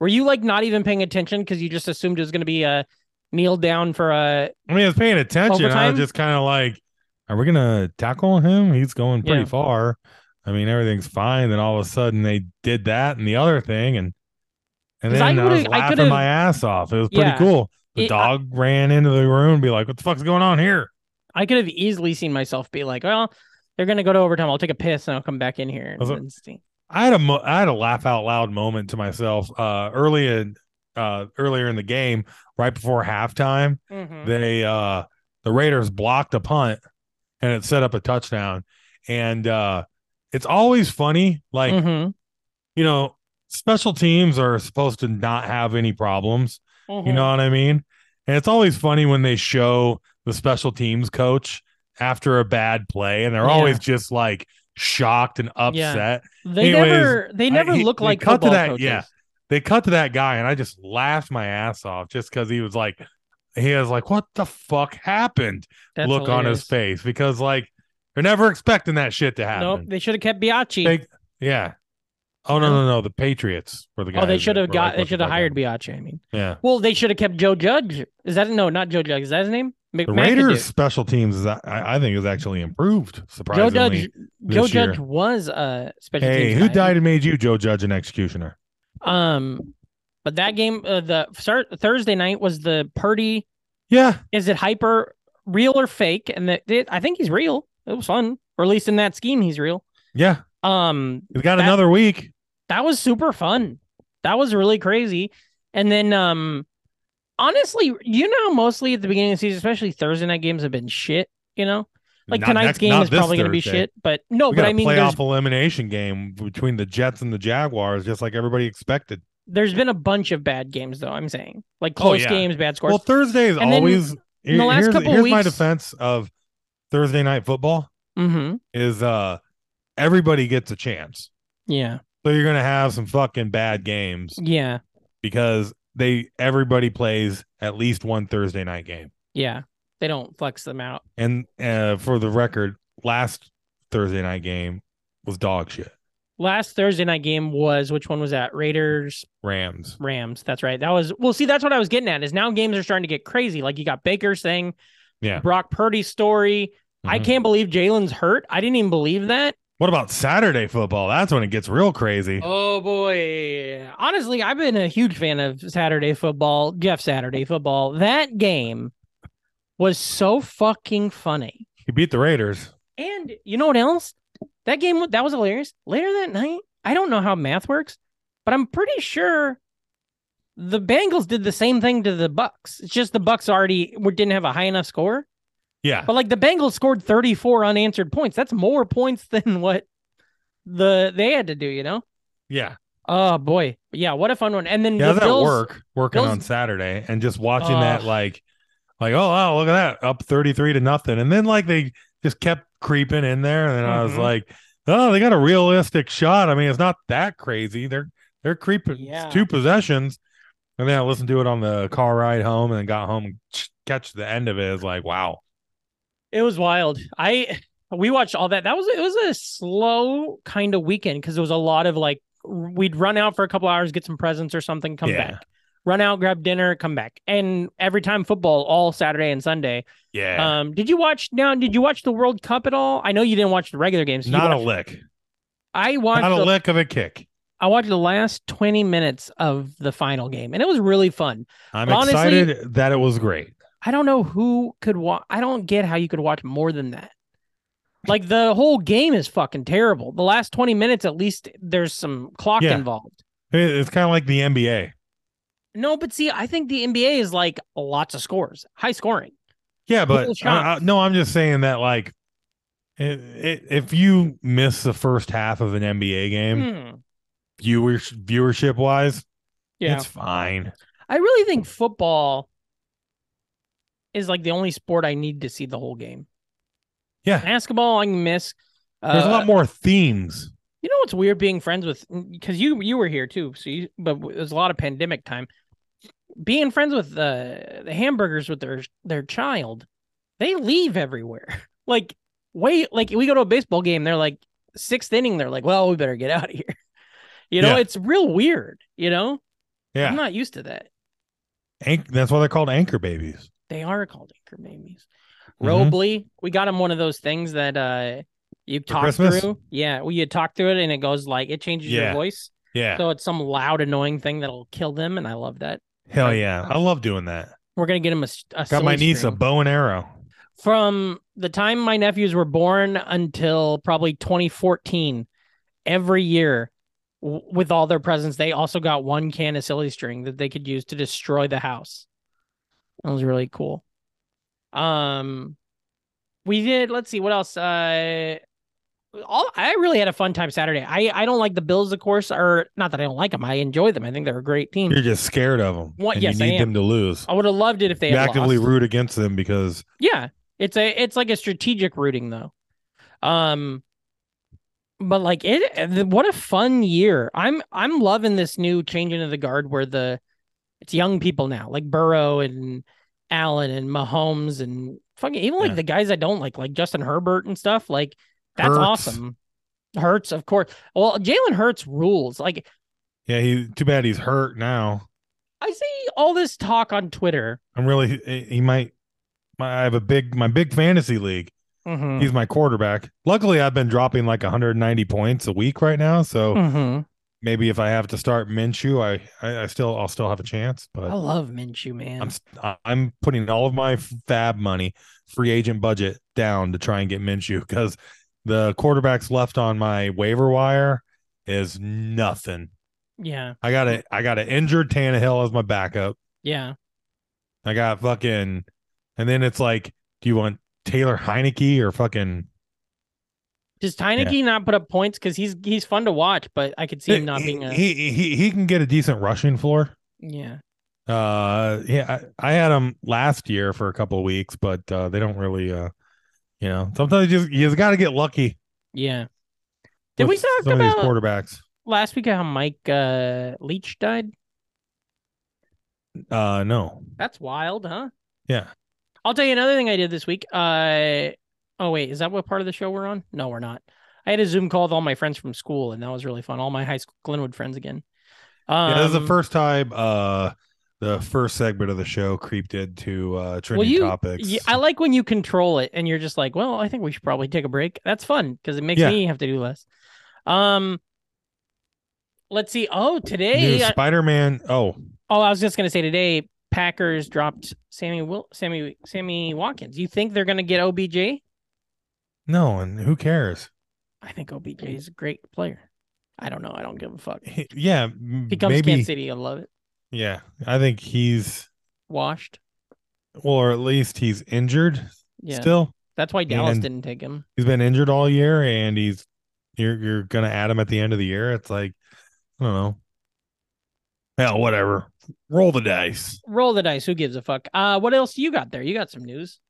Speaker 4: Were you like not even paying attention because you just assumed it was going to be a kneel down for a
Speaker 2: I mean, I was paying attention. I
Speaker 4: Overtime?
Speaker 2: was just kind of like, are we gonna tackle him? He's going pretty
Speaker 4: Yeah.
Speaker 2: far. I mean, everything's fine. Then all of a sudden, they did that and the other thing, and and
Speaker 4: 'Cause I
Speaker 2: then I, was
Speaker 4: would've- I
Speaker 2: laughing
Speaker 4: could've-
Speaker 2: my ass off. It was pretty
Speaker 4: Yeah.
Speaker 2: cool. The
Speaker 4: It- I-
Speaker 2: dog ran into the room, and be like, "What the fuck's going on here?"
Speaker 4: I could have easily seen myself be like, well, they're going to go to overtime. I'll take a piss and I'll come back in here and,
Speaker 2: Was it-
Speaker 4: and see.
Speaker 2: I had a mo- I had a laugh out loud moment to myself uh, early in uh, earlier in the game, right before halftime.
Speaker 4: Mhm.
Speaker 2: they uh the Raiders blocked a punt and it set up a touchdown. And uh it's always funny, like,
Speaker 4: Mhm.
Speaker 2: you know, special teams are supposed to not have any problems. You
Speaker 4: Mhm.
Speaker 2: know what I mean? And it's always funny when they show the special teams coach after a bad play and they're
Speaker 4: Yeah.
Speaker 2: always just like shocked and upset.
Speaker 4: They
Speaker 2: Anyways,
Speaker 4: never they never
Speaker 2: he-
Speaker 4: look
Speaker 2: they
Speaker 4: like
Speaker 2: cut to
Speaker 4: football
Speaker 2: that,
Speaker 4: coaches.
Speaker 2: yeah. They cut to that guy and I just laughed my ass off just because he was like he was like, What the fuck happened?
Speaker 4: That's
Speaker 2: look on his
Speaker 4: hilarious.
Speaker 2: face because like they're never expecting that shit to happen.
Speaker 4: Nope, they should have kept Biachi.
Speaker 2: They- yeah. Oh no, no, no! The Patriots were the guys.
Speaker 4: oh, they should
Speaker 2: that
Speaker 4: have
Speaker 2: were,
Speaker 4: got.
Speaker 2: like,
Speaker 4: They
Speaker 2: looking
Speaker 4: should have
Speaker 2: like
Speaker 4: hired
Speaker 2: that.
Speaker 4: Biache. I mean,
Speaker 2: Yeah,
Speaker 4: well, they should have kept Joe Judge. Is that no? Not Joe Judge. Is that his name? Mc-
Speaker 2: the
Speaker 4: McAdoo.
Speaker 2: Raiders' special teams is I, I think is actually improved.
Speaker 4: Joe
Speaker 2: Surprisingly,
Speaker 4: Judge. Joe
Speaker 2: this year.
Speaker 4: Judge was a special
Speaker 2: Hey,
Speaker 4: teams
Speaker 2: who
Speaker 4: guy.
Speaker 2: died and made you Joe Judge an executioner?
Speaker 4: Um, but that game, uh, the start, Thursday night was the Purdy.
Speaker 2: Yeah,
Speaker 4: Is it hyper real or fake? And that it, I think he's real. It was fun, or at least in that scheme, he's real.
Speaker 2: yeah.
Speaker 4: Um,
Speaker 2: We got
Speaker 4: That-
Speaker 2: another week.
Speaker 4: that was super fun. That was really crazy. And then, um, honestly, you know, mostly at the beginning of the season, especially Thursday night games have been shit. You know, like
Speaker 2: Not
Speaker 4: tonight's
Speaker 2: next-
Speaker 4: game
Speaker 2: not
Speaker 4: is
Speaker 2: this
Speaker 4: probably going to be
Speaker 2: Thursday.
Speaker 4: shit. But no,
Speaker 2: We
Speaker 4: but
Speaker 2: got
Speaker 4: I
Speaker 2: a
Speaker 4: mean, there's,
Speaker 2: playoff elimination game between the Jets and the Jaguars, just like everybody expected.
Speaker 4: there's been a bunch of bad games though. I'm saying like
Speaker 2: Oh,
Speaker 4: close
Speaker 2: yeah.
Speaker 4: games, bad scores.
Speaker 2: Well, Thursday is
Speaker 4: And then
Speaker 2: always.
Speaker 4: in the last
Speaker 2: here's
Speaker 4: couple
Speaker 2: here's my
Speaker 4: weeks-
Speaker 2: defense of Thursday night football
Speaker 4: mm-hmm.
Speaker 2: is uh everybody gets a chance.
Speaker 4: Yeah,
Speaker 2: So you're gonna have some fucking bad games
Speaker 4: yeah,
Speaker 2: because they everybody plays at least one Thursday night game.
Speaker 4: yeah. They don't flex them out.
Speaker 2: And uh, for the record, last Thursday night game was dog shit.
Speaker 4: Last Thursday night game was which one was that? Raiders,
Speaker 2: Rams.
Speaker 4: Rams. That's right. That was well. See, that's what I was getting at. Is now games are starting to get crazy. Like you got Baker's thing,
Speaker 2: Yeah.
Speaker 4: Brock Purdy's story. I
Speaker 2: Mhm.
Speaker 4: can't believe Jalen's hurt. I didn't even believe that.
Speaker 2: What about Saturday football? That's when it gets real crazy.
Speaker 4: Oh boy! Honestly, I've been a huge fan of Saturday football. Jeff Saturday football. That game was so fucking funny.
Speaker 2: He beat the Raiders.
Speaker 4: And you know what else? That game wa- that was hilarious. Later that night, I don't know how math works, but I'm pretty sure the Bengals did the same thing to the Bucks. It's just the Bucks already were- didn't have a high enough score.
Speaker 2: Yeah.
Speaker 4: But like the Bengals scored 34 unanswered points. That's more points than what the they had to do, you know?
Speaker 2: Yeah.
Speaker 4: Oh boy. Yeah, what a fun one. And then
Speaker 2: Yeah, I
Speaker 4: the
Speaker 2: was at
Speaker 4: Bills-
Speaker 2: work working
Speaker 4: Bills-
Speaker 2: on Saturday and just watching that
Speaker 4: Ugh.
Speaker 2: like like, oh wow, look at that. Up thirty three to nothing. And then like they just kept creeping in there. And then I was
Speaker 4: Mhm.
Speaker 2: like, Oh, they got a realistic shot. I mean, it's not that crazy. They're they're creeping It's
Speaker 4: Yeah.
Speaker 2: two possessions. And then I listened to it on the car ride home and then got home and ch- catch the end of it. It's like, wow.
Speaker 4: It was wild. I we watched all that. That was it was a slow kind of weekend because it was a lot of like r- we'd run out for a couple hours, get some presents or something, come
Speaker 2: Yeah.
Speaker 4: back, run out, grab dinner, come back, and every time football all Saturday and Sunday.
Speaker 2: Yeah.
Speaker 4: Um, did you watch now? Did you watch the World Cup at all? I know you didn't watch the regular games. so you
Speaker 2: not a
Speaker 4: watched-
Speaker 2: lick.
Speaker 4: I watched.
Speaker 2: Not a
Speaker 4: the-
Speaker 2: lick of a kick.
Speaker 4: I watched the last twenty minutes of the final game, and it was really fun.
Speaker 2: I'm
Speaker 4: But honestly-
Speaker 2: excited that it was great.
Speaker 4: I don't know who could watch. I don't get how you could watch more than that. Like the whole game is fucking terrible. The last 20 minutes, at least, there's some clock
Speaker 2: Yeah.
Speaker 4: involved.
Speaker 2: It- It's kind of like the NBA.
Speaker 4: No, but see, I think the NBA is like lots of scores, high scoring.
Speaker 2: Yeah, but I,
Speaker 4: Little
Speaker 2: I,
Speaker 4: shots.
Speaker 2: no, I'm just saying that like, i i if you miss the first half of an NBA game,
Speaker 4: Hmm.
Speaker 2: viewers viewership wise,
Speaker 4: Yeah.
Speaker 2: it's fine.
Speaker 4: I really think football is like the only sport I need to see the whole game.
Speaker 2: Yeah.
Speaker 4: Basketball, I can miss.
Speaker 2: There's a
Speaker 4: Uh,
Speaker 2: lot more themes.
Speaker 4: You know what's weird being friends with because you you were here too, so you, but w- it was a lot of pandemic time. Being friends with uh, the hamburgers with their their child, they leave everywhere. Like wait, like we go to a baseball game, they're like sixth inning, they're like, well, we better get out of here. You know,
Speaker 2: Yeah.
Speaker 4: it's real weird. You know, I'm
Speaker 2: Yeah,
Speaker 4: not used to that.
Speaker 2: Anch- that's why they're called anchor babies.
Speaker 4: They are called anchor babies.
Speaker 2: Mhm.
Speaker 4: Robley, we got him one of those things that uh you talk
Speaker 2: Christmas?
Speaker 4: through. Yeah, well, you talk through it and it goes like it changes your
Speaker 2: Yeah.
Speaker 4: voice.
Speaker 2: Yeah,
Speaker 4: So it's some loud, annoying thing that'll kill them, and I love that.
Speaker 2: hell yeah, I love doing that.
Speaker 4: We're gonna get them a, s- a
Speaker 2: Got my
Speaker 4: silly
Speaker 2: niece a
Speaker 4: string.
Speaker 2: bow and arrow.
Speaker 4: from the time my nephews were born until probably 2014. Every year, w- with all their presents, they also got one can of silly string that they could use to destroy the house. That was really cool. Um, we did. Let's see what else. Uh, all I really had a fun time Saturday. I I don't like the Bills, of course, or not that I don't like them. I enjoy them. I think they're a great team.
Speaker 2: You're just scared of them.
Speaker 4: What-
Speaker 2: and
Speaker 4: Hmm. yes,
Speaker 2: you
Speaker 4: I
Speaker 2: need
Speaker 4: am.
Speaker 2: them to lose.
Speaker 4: I would have loved it if they
Speaker 2: You
Speaker 4: had
Speaker 2: actively
Speaker 4: lost.
Speaker 2: root against them because
Speaker 4: Yeah, it's a it's like a strategic rooting though. Um, but like it, the- what a fun year! I'm I'm loving this new change into the guard where the it's young people now, like Burrow and Allen and Mahomes and fucking even like
Speaker 2: Yeah.
Speaker 4: the guys I don't like, like Justin Herbert and stuff. Like that's
Speaker 2: Hurts.
Speaker 4: awesome. Hurts, of course. Well, Jalen Hurts rules. Like
Speaker 2: Yeah, he too bad he's hurt now.
Speaker 4: I see all this talk on Twitter.
Speaker 2: I'm really he, he might my, I have a big my big fantasy league.
Speaker 4: Mhm,
Speaker 2: He's my quarterback. Luckily, I've been dropping like 190 points a week right now, so
Speaker 4: mhm.
Speaker 2: maybe if I have to start Minshew, I, I I still I'll still have a chance.
Speaker 4: I
Speaker 2: But
Speaker 4: love Minshew, man.
Speaker 2: I'm st- I- I'm putting all of my fab money, free agent budget down to try and get Minshew because the quarterbacks left on my waiver wire is nothing.
Speaker 4: yeah,
Speaker 2: I got a I got an injured Tannehill as my backup.
Speaker 4: yeah.
Speaker 2: I got fucking, and then it's like, do you want Taylor Heineke or fucking?
Speaker 4: Does Tyneke not put up points because he's he's fun to watch, but I could see him not
Speaker 2: he,
Speaker 4: being a
Speaker 2: he he he can get a decent rushing floor.
Speaker 4: yeah.
Speaker 2: Uh, yeah, I, I had him last year for a couple of weeks, but uh, they don't really, uh, you know, sometimes you just you just got to get lucky.
Speaker 4: Yeah. Did
Speaker 2: with
Speaker 4: we talk
Speaker 2: some of these
Speaker 4: about-
Speaker 2: quarterbacks?
Speaker 4: Last week how Mike uh Leach died?
Speaker 2: Uh, no,
Speaker 4: That's wild, huh?
Speaker 2: Yeah.
Speaker 4: I'll tell you another thing I did this week. Uh oh wait, is that what part of the show we're on? No, we're not. I had a Zoom call with all my friends from school, and that was really fun. All my high school Glenwood friends again. Um,
Speaker 2: yeah, this is the first time. Uh, the first segment of the show creeped into uh trending
Speaker 4: you-
Speaker 2: topics.
Speaker 4: Yeah, I like when you control it and you're just like, well, I think we should probably take a break. That's fun because it makes
Speaker 2: Yeah.
Speaker 4: me have to do less. Um, let's see. Oh, today.
Speaker 2: New
Speaker 4: I-
Speaker 2: Spider-Man. Oh,
Speaker 4: oh, I was just gonna say today. Packers dropped Sammy Will Sammy Sammy Watkins. You think they're gonna get OBJ?
Speaker 2: no, and who cares?
Speaker 4: I think OBJ is a great player. I don't know. I don't give a fuck. If
Speaker 2: He- yeah, m-
Speaker 4: he comes to
Speaker 2: maybe.
Speaker 4: Kansas City, I love it.
Speaker 2: Yeah, I think he's,
Speaker 4: Washed.
Speaker 2: well, or at least he's injured
Speaker 4: Yeah.
Speaker 2: still.
Speaker 4: That's why Dallas
Speaker 2: and-
Speaker 4: didn't take him.
Speaker 2: he's been injured all year and he's you're you're gonna add him at the end of the year. It's like I don't know. Hell, whatever. Roll the dice.
Speaker 4: Roll the dice. Who gives a fuck? Uh, what else you got there? You got some news.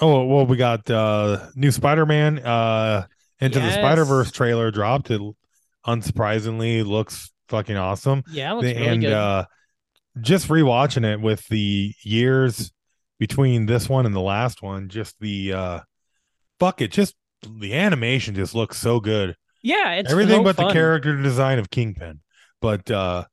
Speaker 2: Oh well, we got uh new Spider Man uh into
Speaker 4: Yes.
Speaker 2: the Spider Verse trailer dropped. It unsurprisingly looks fucking awesome.
Speaker 4: Yeah, looks
Speaker 2: The-
Speaker 4: really
Speaker 2: and
Speaker 4: good.
Speaker 2: uh just rewatching it with the years between this one and the last one, just the uh fuck it, just the animation just looks so good.
Speaker 4: Yeah, it's
Speaker 2: everything
Speaker 4: so
Speaker 2: but the
Speaker 4: fun.
Speaker 2: character design of Kingpin. But uh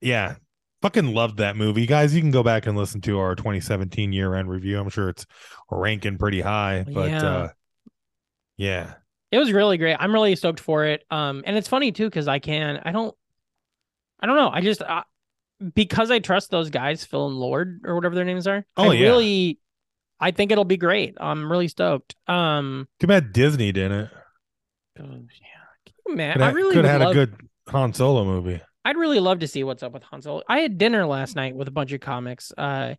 Speaker 2: yeah, fucking loved that movie, guys. You can go back and listen to our 2017 year end review. I'm sure it's ranking pretty high, but
Speaker 4: Yeah.
Speaker 2: uh yeah,
Speaker 4: It was really great. I'm really stoked for it. Um, and it's funny too because I can. I don't. I don't know. I just I, because I trust those guys, Phil and Lord or whatever their names are.
Speaker 2: Oh,
Speaker 4: I
Speaker 2: yeah.
Speaker 4: Really, I think it'll be great. I'm really stoked. Um,
Speaker 2: too bad Disney didn't.
Speaker 4: oh, yeah. Can you ima-
Speaker 2: Could
Speaker 4: I
Speaker 2: have,
Speaker 4: really
Speaker 2: could
Speaker 4: would
Speaker 2: have had
Speaker 4: love,
Speaker 2: a good Han Solo movie.
Speaker 4: I'd really love to see what's up with Hansel. I had dinner last night with a bunch of comics. Uh,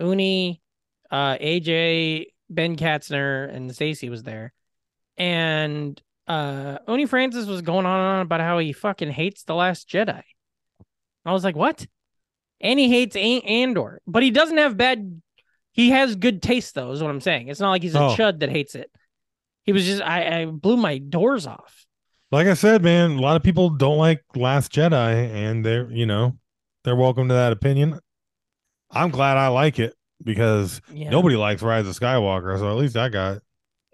Speaker 4: Uni, uh, AJ, Ben Katzner, and Stacy was there. And uh, Uni Francis was going on and on about how he fucking hates The Last Jedi. I was like, what? And he hates An- Andor, but he doesn't have bad. He has good taste, though, is what I'm saying. It's not like he's a
Speaker 2: Oh.
Speaker 4: chud that hates it. He was just, I, I blew my doors off.
Speaker 2: Like I said, man, a lot of people don't like Last Jedi, and they're you know they're welcome to that opinion. I'm glad I like it because
Speaker 4: Yeah.
Speaker 2: nobody likes Rise of Skywalker, so at least I got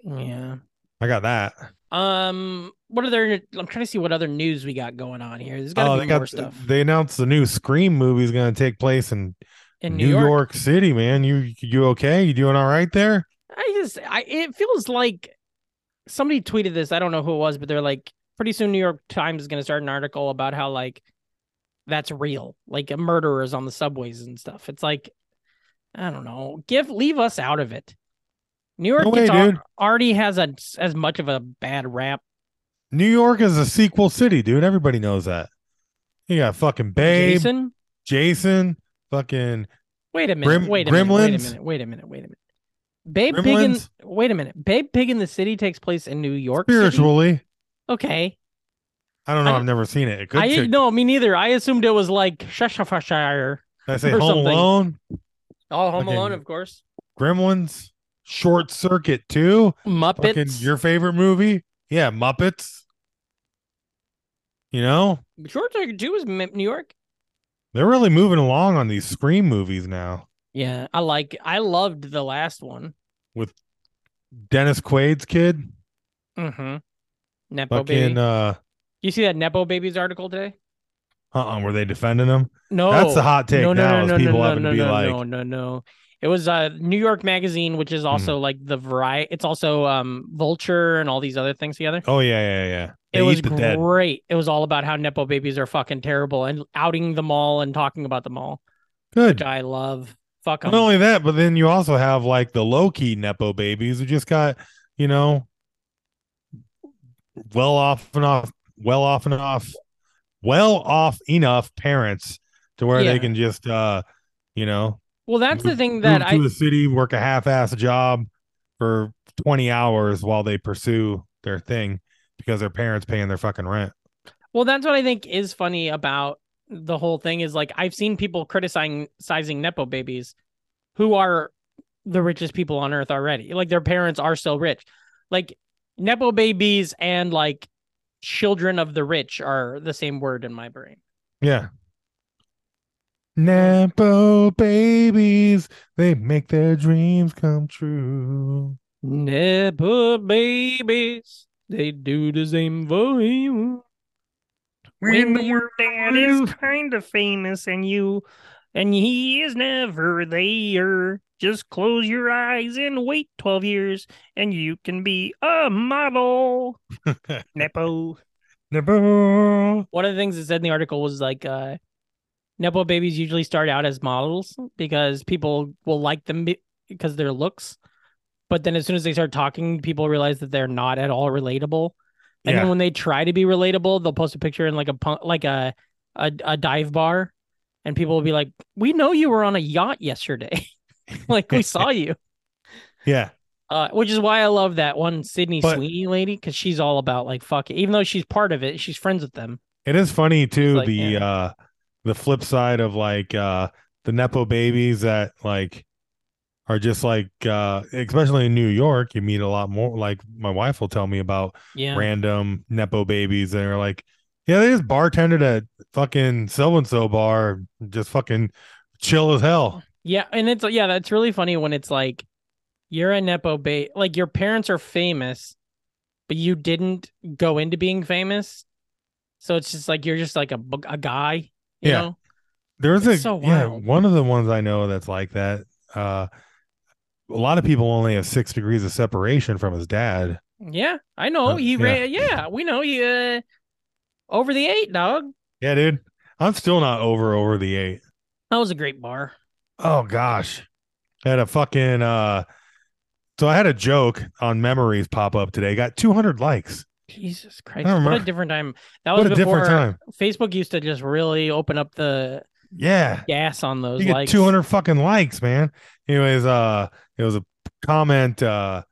Speaker 4: Yeah.
Speaker 2: I got that.
Speaker 4: Um, what other? I'm trying to see what other news we got going on here. There's got to
Speaker 2: Oh, they
Speaker 4: be more
Speaker 2: got-
Speaker 4: stuff
Speaker 2: They announced the new Scream movie is going to take place in,
Speaker 4: in
Speaker 2: New York. City. Man, you you okay? You doing all right there?
Speaker 4: I just, I it feels like somebody tweeted this. I don't know who it was, but they're like, pretty soon New York Times is going to start an article about how like that's real, like murderers on the subways and stuff. It's like, I don't know, give leave us out of it. New York
Speaker 2: No way,
Speaker 4: gets al-
Speaker 2: dude.
Speaker 4: already has a as much of a bad rap.
Speaker 2: New York is a sequel city, dude. Everybody knows that. You got fucking Babe, Jason,
Speaker 4: Jason,
Speaker 2: fucking
Speaker 4: Wait a minute.
Speaker 2: Grim-
Speaker 4: wait a minute. Wait a
Speaker 2: Gremlins?
Speaker 4: minute. Wait a minute. Wait a minute. Babe Pig in
Speaker 2: Gremlins?
Speaker 4: Wait a minute. Babe Pig in the City takes place in New York. City?
Speaker 2: spiritually.
Speaker 4: Okay.
Speaker 2: I don't know.
Speaker 4: I-
Speaker 2: I've never seen it. It could.
Speaker 4: I
Speaker 2: take-
Speaker 4: no, me neither. I assumed it was like Cheshire.
Speaker 2: I say
Speaker 4: or
Speaker 2: Home
Speaker 4: something.
Speaker 2: Alone,
Speaker 4: Oh, Home Alone,
Speaker 2: Fucking
Speaker 4: of course.
Speaker 2: Gremlins, Short Circuit too. Fucking
Speaker 4: Muppets.
Speaker 2: your favorite movie? Yeah, Muppets. You know
Speaker 4: Short Circuit Two is M- New York.
Speaker 2: they're really moving along on these Scream movies now.
Speaker 4: Yeah, I like. I loved the last one.
Speaker 2: Dennis Quaid's kid.
Speaker 4: Mm-hmm. Nepo
Speaker 2: Fucking
Speaker 4: baby.
Speaker 2: uh
Speaker 4: you see that Nepo babies article today?
Speaker 2: uh uh were they defending him?
Speaker 4: Oh. No,
Speaker 2: That's the hot take now is people having to be
Speaker 4: no,
Speaker 2: like
Speaker 4: no, no, no. It was uh, New York Magazine, which is also
Speaker 2: Mm-hmm.
Speaker 4: like the variety. It's also um, Vulture and all these other things together.
Speaker 2: Oh yeah, yeah, yeah. They
Speaker 4: it was
Speaker 2: eat the dead.
Speaker 4: great. It was all about how nepo babies are fucking terrible and outing them all and talking about them all,
Speaker 2: Good.
Speaker 4: which I love. Fuck them.
Speaker 2: Not only that, but then you also have like the low key nepo babies who just got, you know, well off and off, well off and off, well off enough parents to where
Speaker 4: Yeah.
Speaker 2: they can just, uh, you know,
Speaker 4: well, that's the
Speaker 2: move-
Speaker 4: thing that
Speaker 2: move to
Speaker 4: I
Speaker 2: the city, work a half ass job for twenty hours while they pursue their thing because their parents paying their fucking rent.
Speaker 4: Well, that's what I think is funny about the whole thing is like I've seen people criticizing sizing nepo babies who are the richest people on earth already. Like their parents are so rich. Like nepo babies and like children of the rich are the same word in my brain.
Speaker 2: Yeah. Nepo babies, they make their dreams come true.
Speaker 4: Nepo babies, they do the same for you. When your dad is kind of famous and you and he is never there, just close your eyes and wait 12 years and you can be a model. Nepo.
Speaker 2: Nepo.
Speaker 4: One of the things it said in the article was like, uh, Nepo babies usually start out as models because people will like them be- because their looks. But then as soon as they start talking, people realize that they're not at all relatable. And
Speaker 2: Yeah.
Speaker 4: then when they try to be relatable, they'll post a picture in like a punk, like a, a a dive bar, and people will be like, "We know you were on a yacht yesterday, like we saw you."
Speaker 2: Yeah.
Speaker 4: Uh, which is why I love that one Sydney
Speaker 2: But-
Speaker 4: Sweeney lady because she's all about like fuck it. Even though she's part of it, she's friends with them.
Speaker 2: It is funny too,
Speaker 4: like,
Speaker 2: the
Speaker 4: yeah.
Speaker 2: uh the flip side of like uh the Nepo babies that like are just like uh especially in New York, you meet a lot more like my wife will tell me about
Speaker 4: Yeah,
Speaker 2: random Nepo babies that are like, yeah, they just bartended at fucking so and so bar, just fucking chill as hell.
Speaker 4: Yeah, and it's yeah, that's really funny when it's like you're a nepo baby, like your parents are famous, but you didn't go into being famous, so it's just like you're just like a bu- a guy, you
Speaker 2: Yeah.
Speaker 4: know?
Speaker 2: There's
Speaker 4: It's
Speaker 2: a
Speaker 4: so
Speaker 2: yeah,
Speaker 4: wild.
Speaker 2: one of the ones I know that's like that. Uh, a lot of people only have six degrees of separation from his dad.
Speaker 4: Yeah, I know
Speaker 2: Uh,
Speaker 4: he
Speaker 2: yeah.
Speaker 4: ran. Yeah, we know he uh, over the eight dog.
Speaker 2: Yeah, dude, I'm still not over over the eight.
Speaker 4: That was a great bar.
Speaker 2: Oh gosh, I had a fucking uh. So I had a joke on memories pop up today. Got 200 likes.
Speaker 4: Jesus Christ,
Speaker 2: I
Speaker 4: what a
Speaker 2: remember-
Speaker 4: different time. That was
Speaker 2: What a
Speaker 4: before
Speaker 2: different time.
Speaker 4: Facebook used to just really open up the
Speaker 2: Yeah.
Speaker 4: gas on those.
Speaker 2: you get
Speaker 4: likes.
Speaker 2: 200 fucking likes man anyways uh it was a comment uh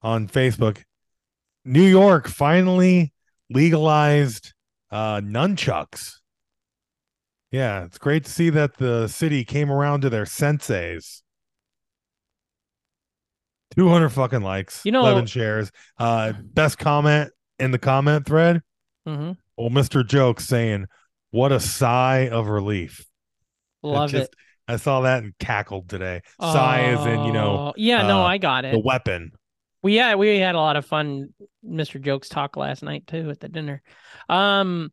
Speaker 2: on facebook new york finally legalized uh nunchucks yeah it's great to see that the city came around to their senseis 200 fucking likes
Speaker 4: You know-
Speaker 2: 11 shares uh best comment in the comment thread
Speaker 4: Mhm.
Speaker 2: well mr jokes saying what a sigh of relief I
Speaker 4: Love
Speaker 2: just-
Speaker 4: it.
Speaker 2: I saw that and cackled today. Sigh is in, you know,
Speaker 4: Oh, Yeah, no,
Speaker 2: uh,
Speaker 4: I got it.
Speaker 2: the weapon.
Speaker 4: we yeah we had a lot of fun mr jokes talk last night too at the dinner um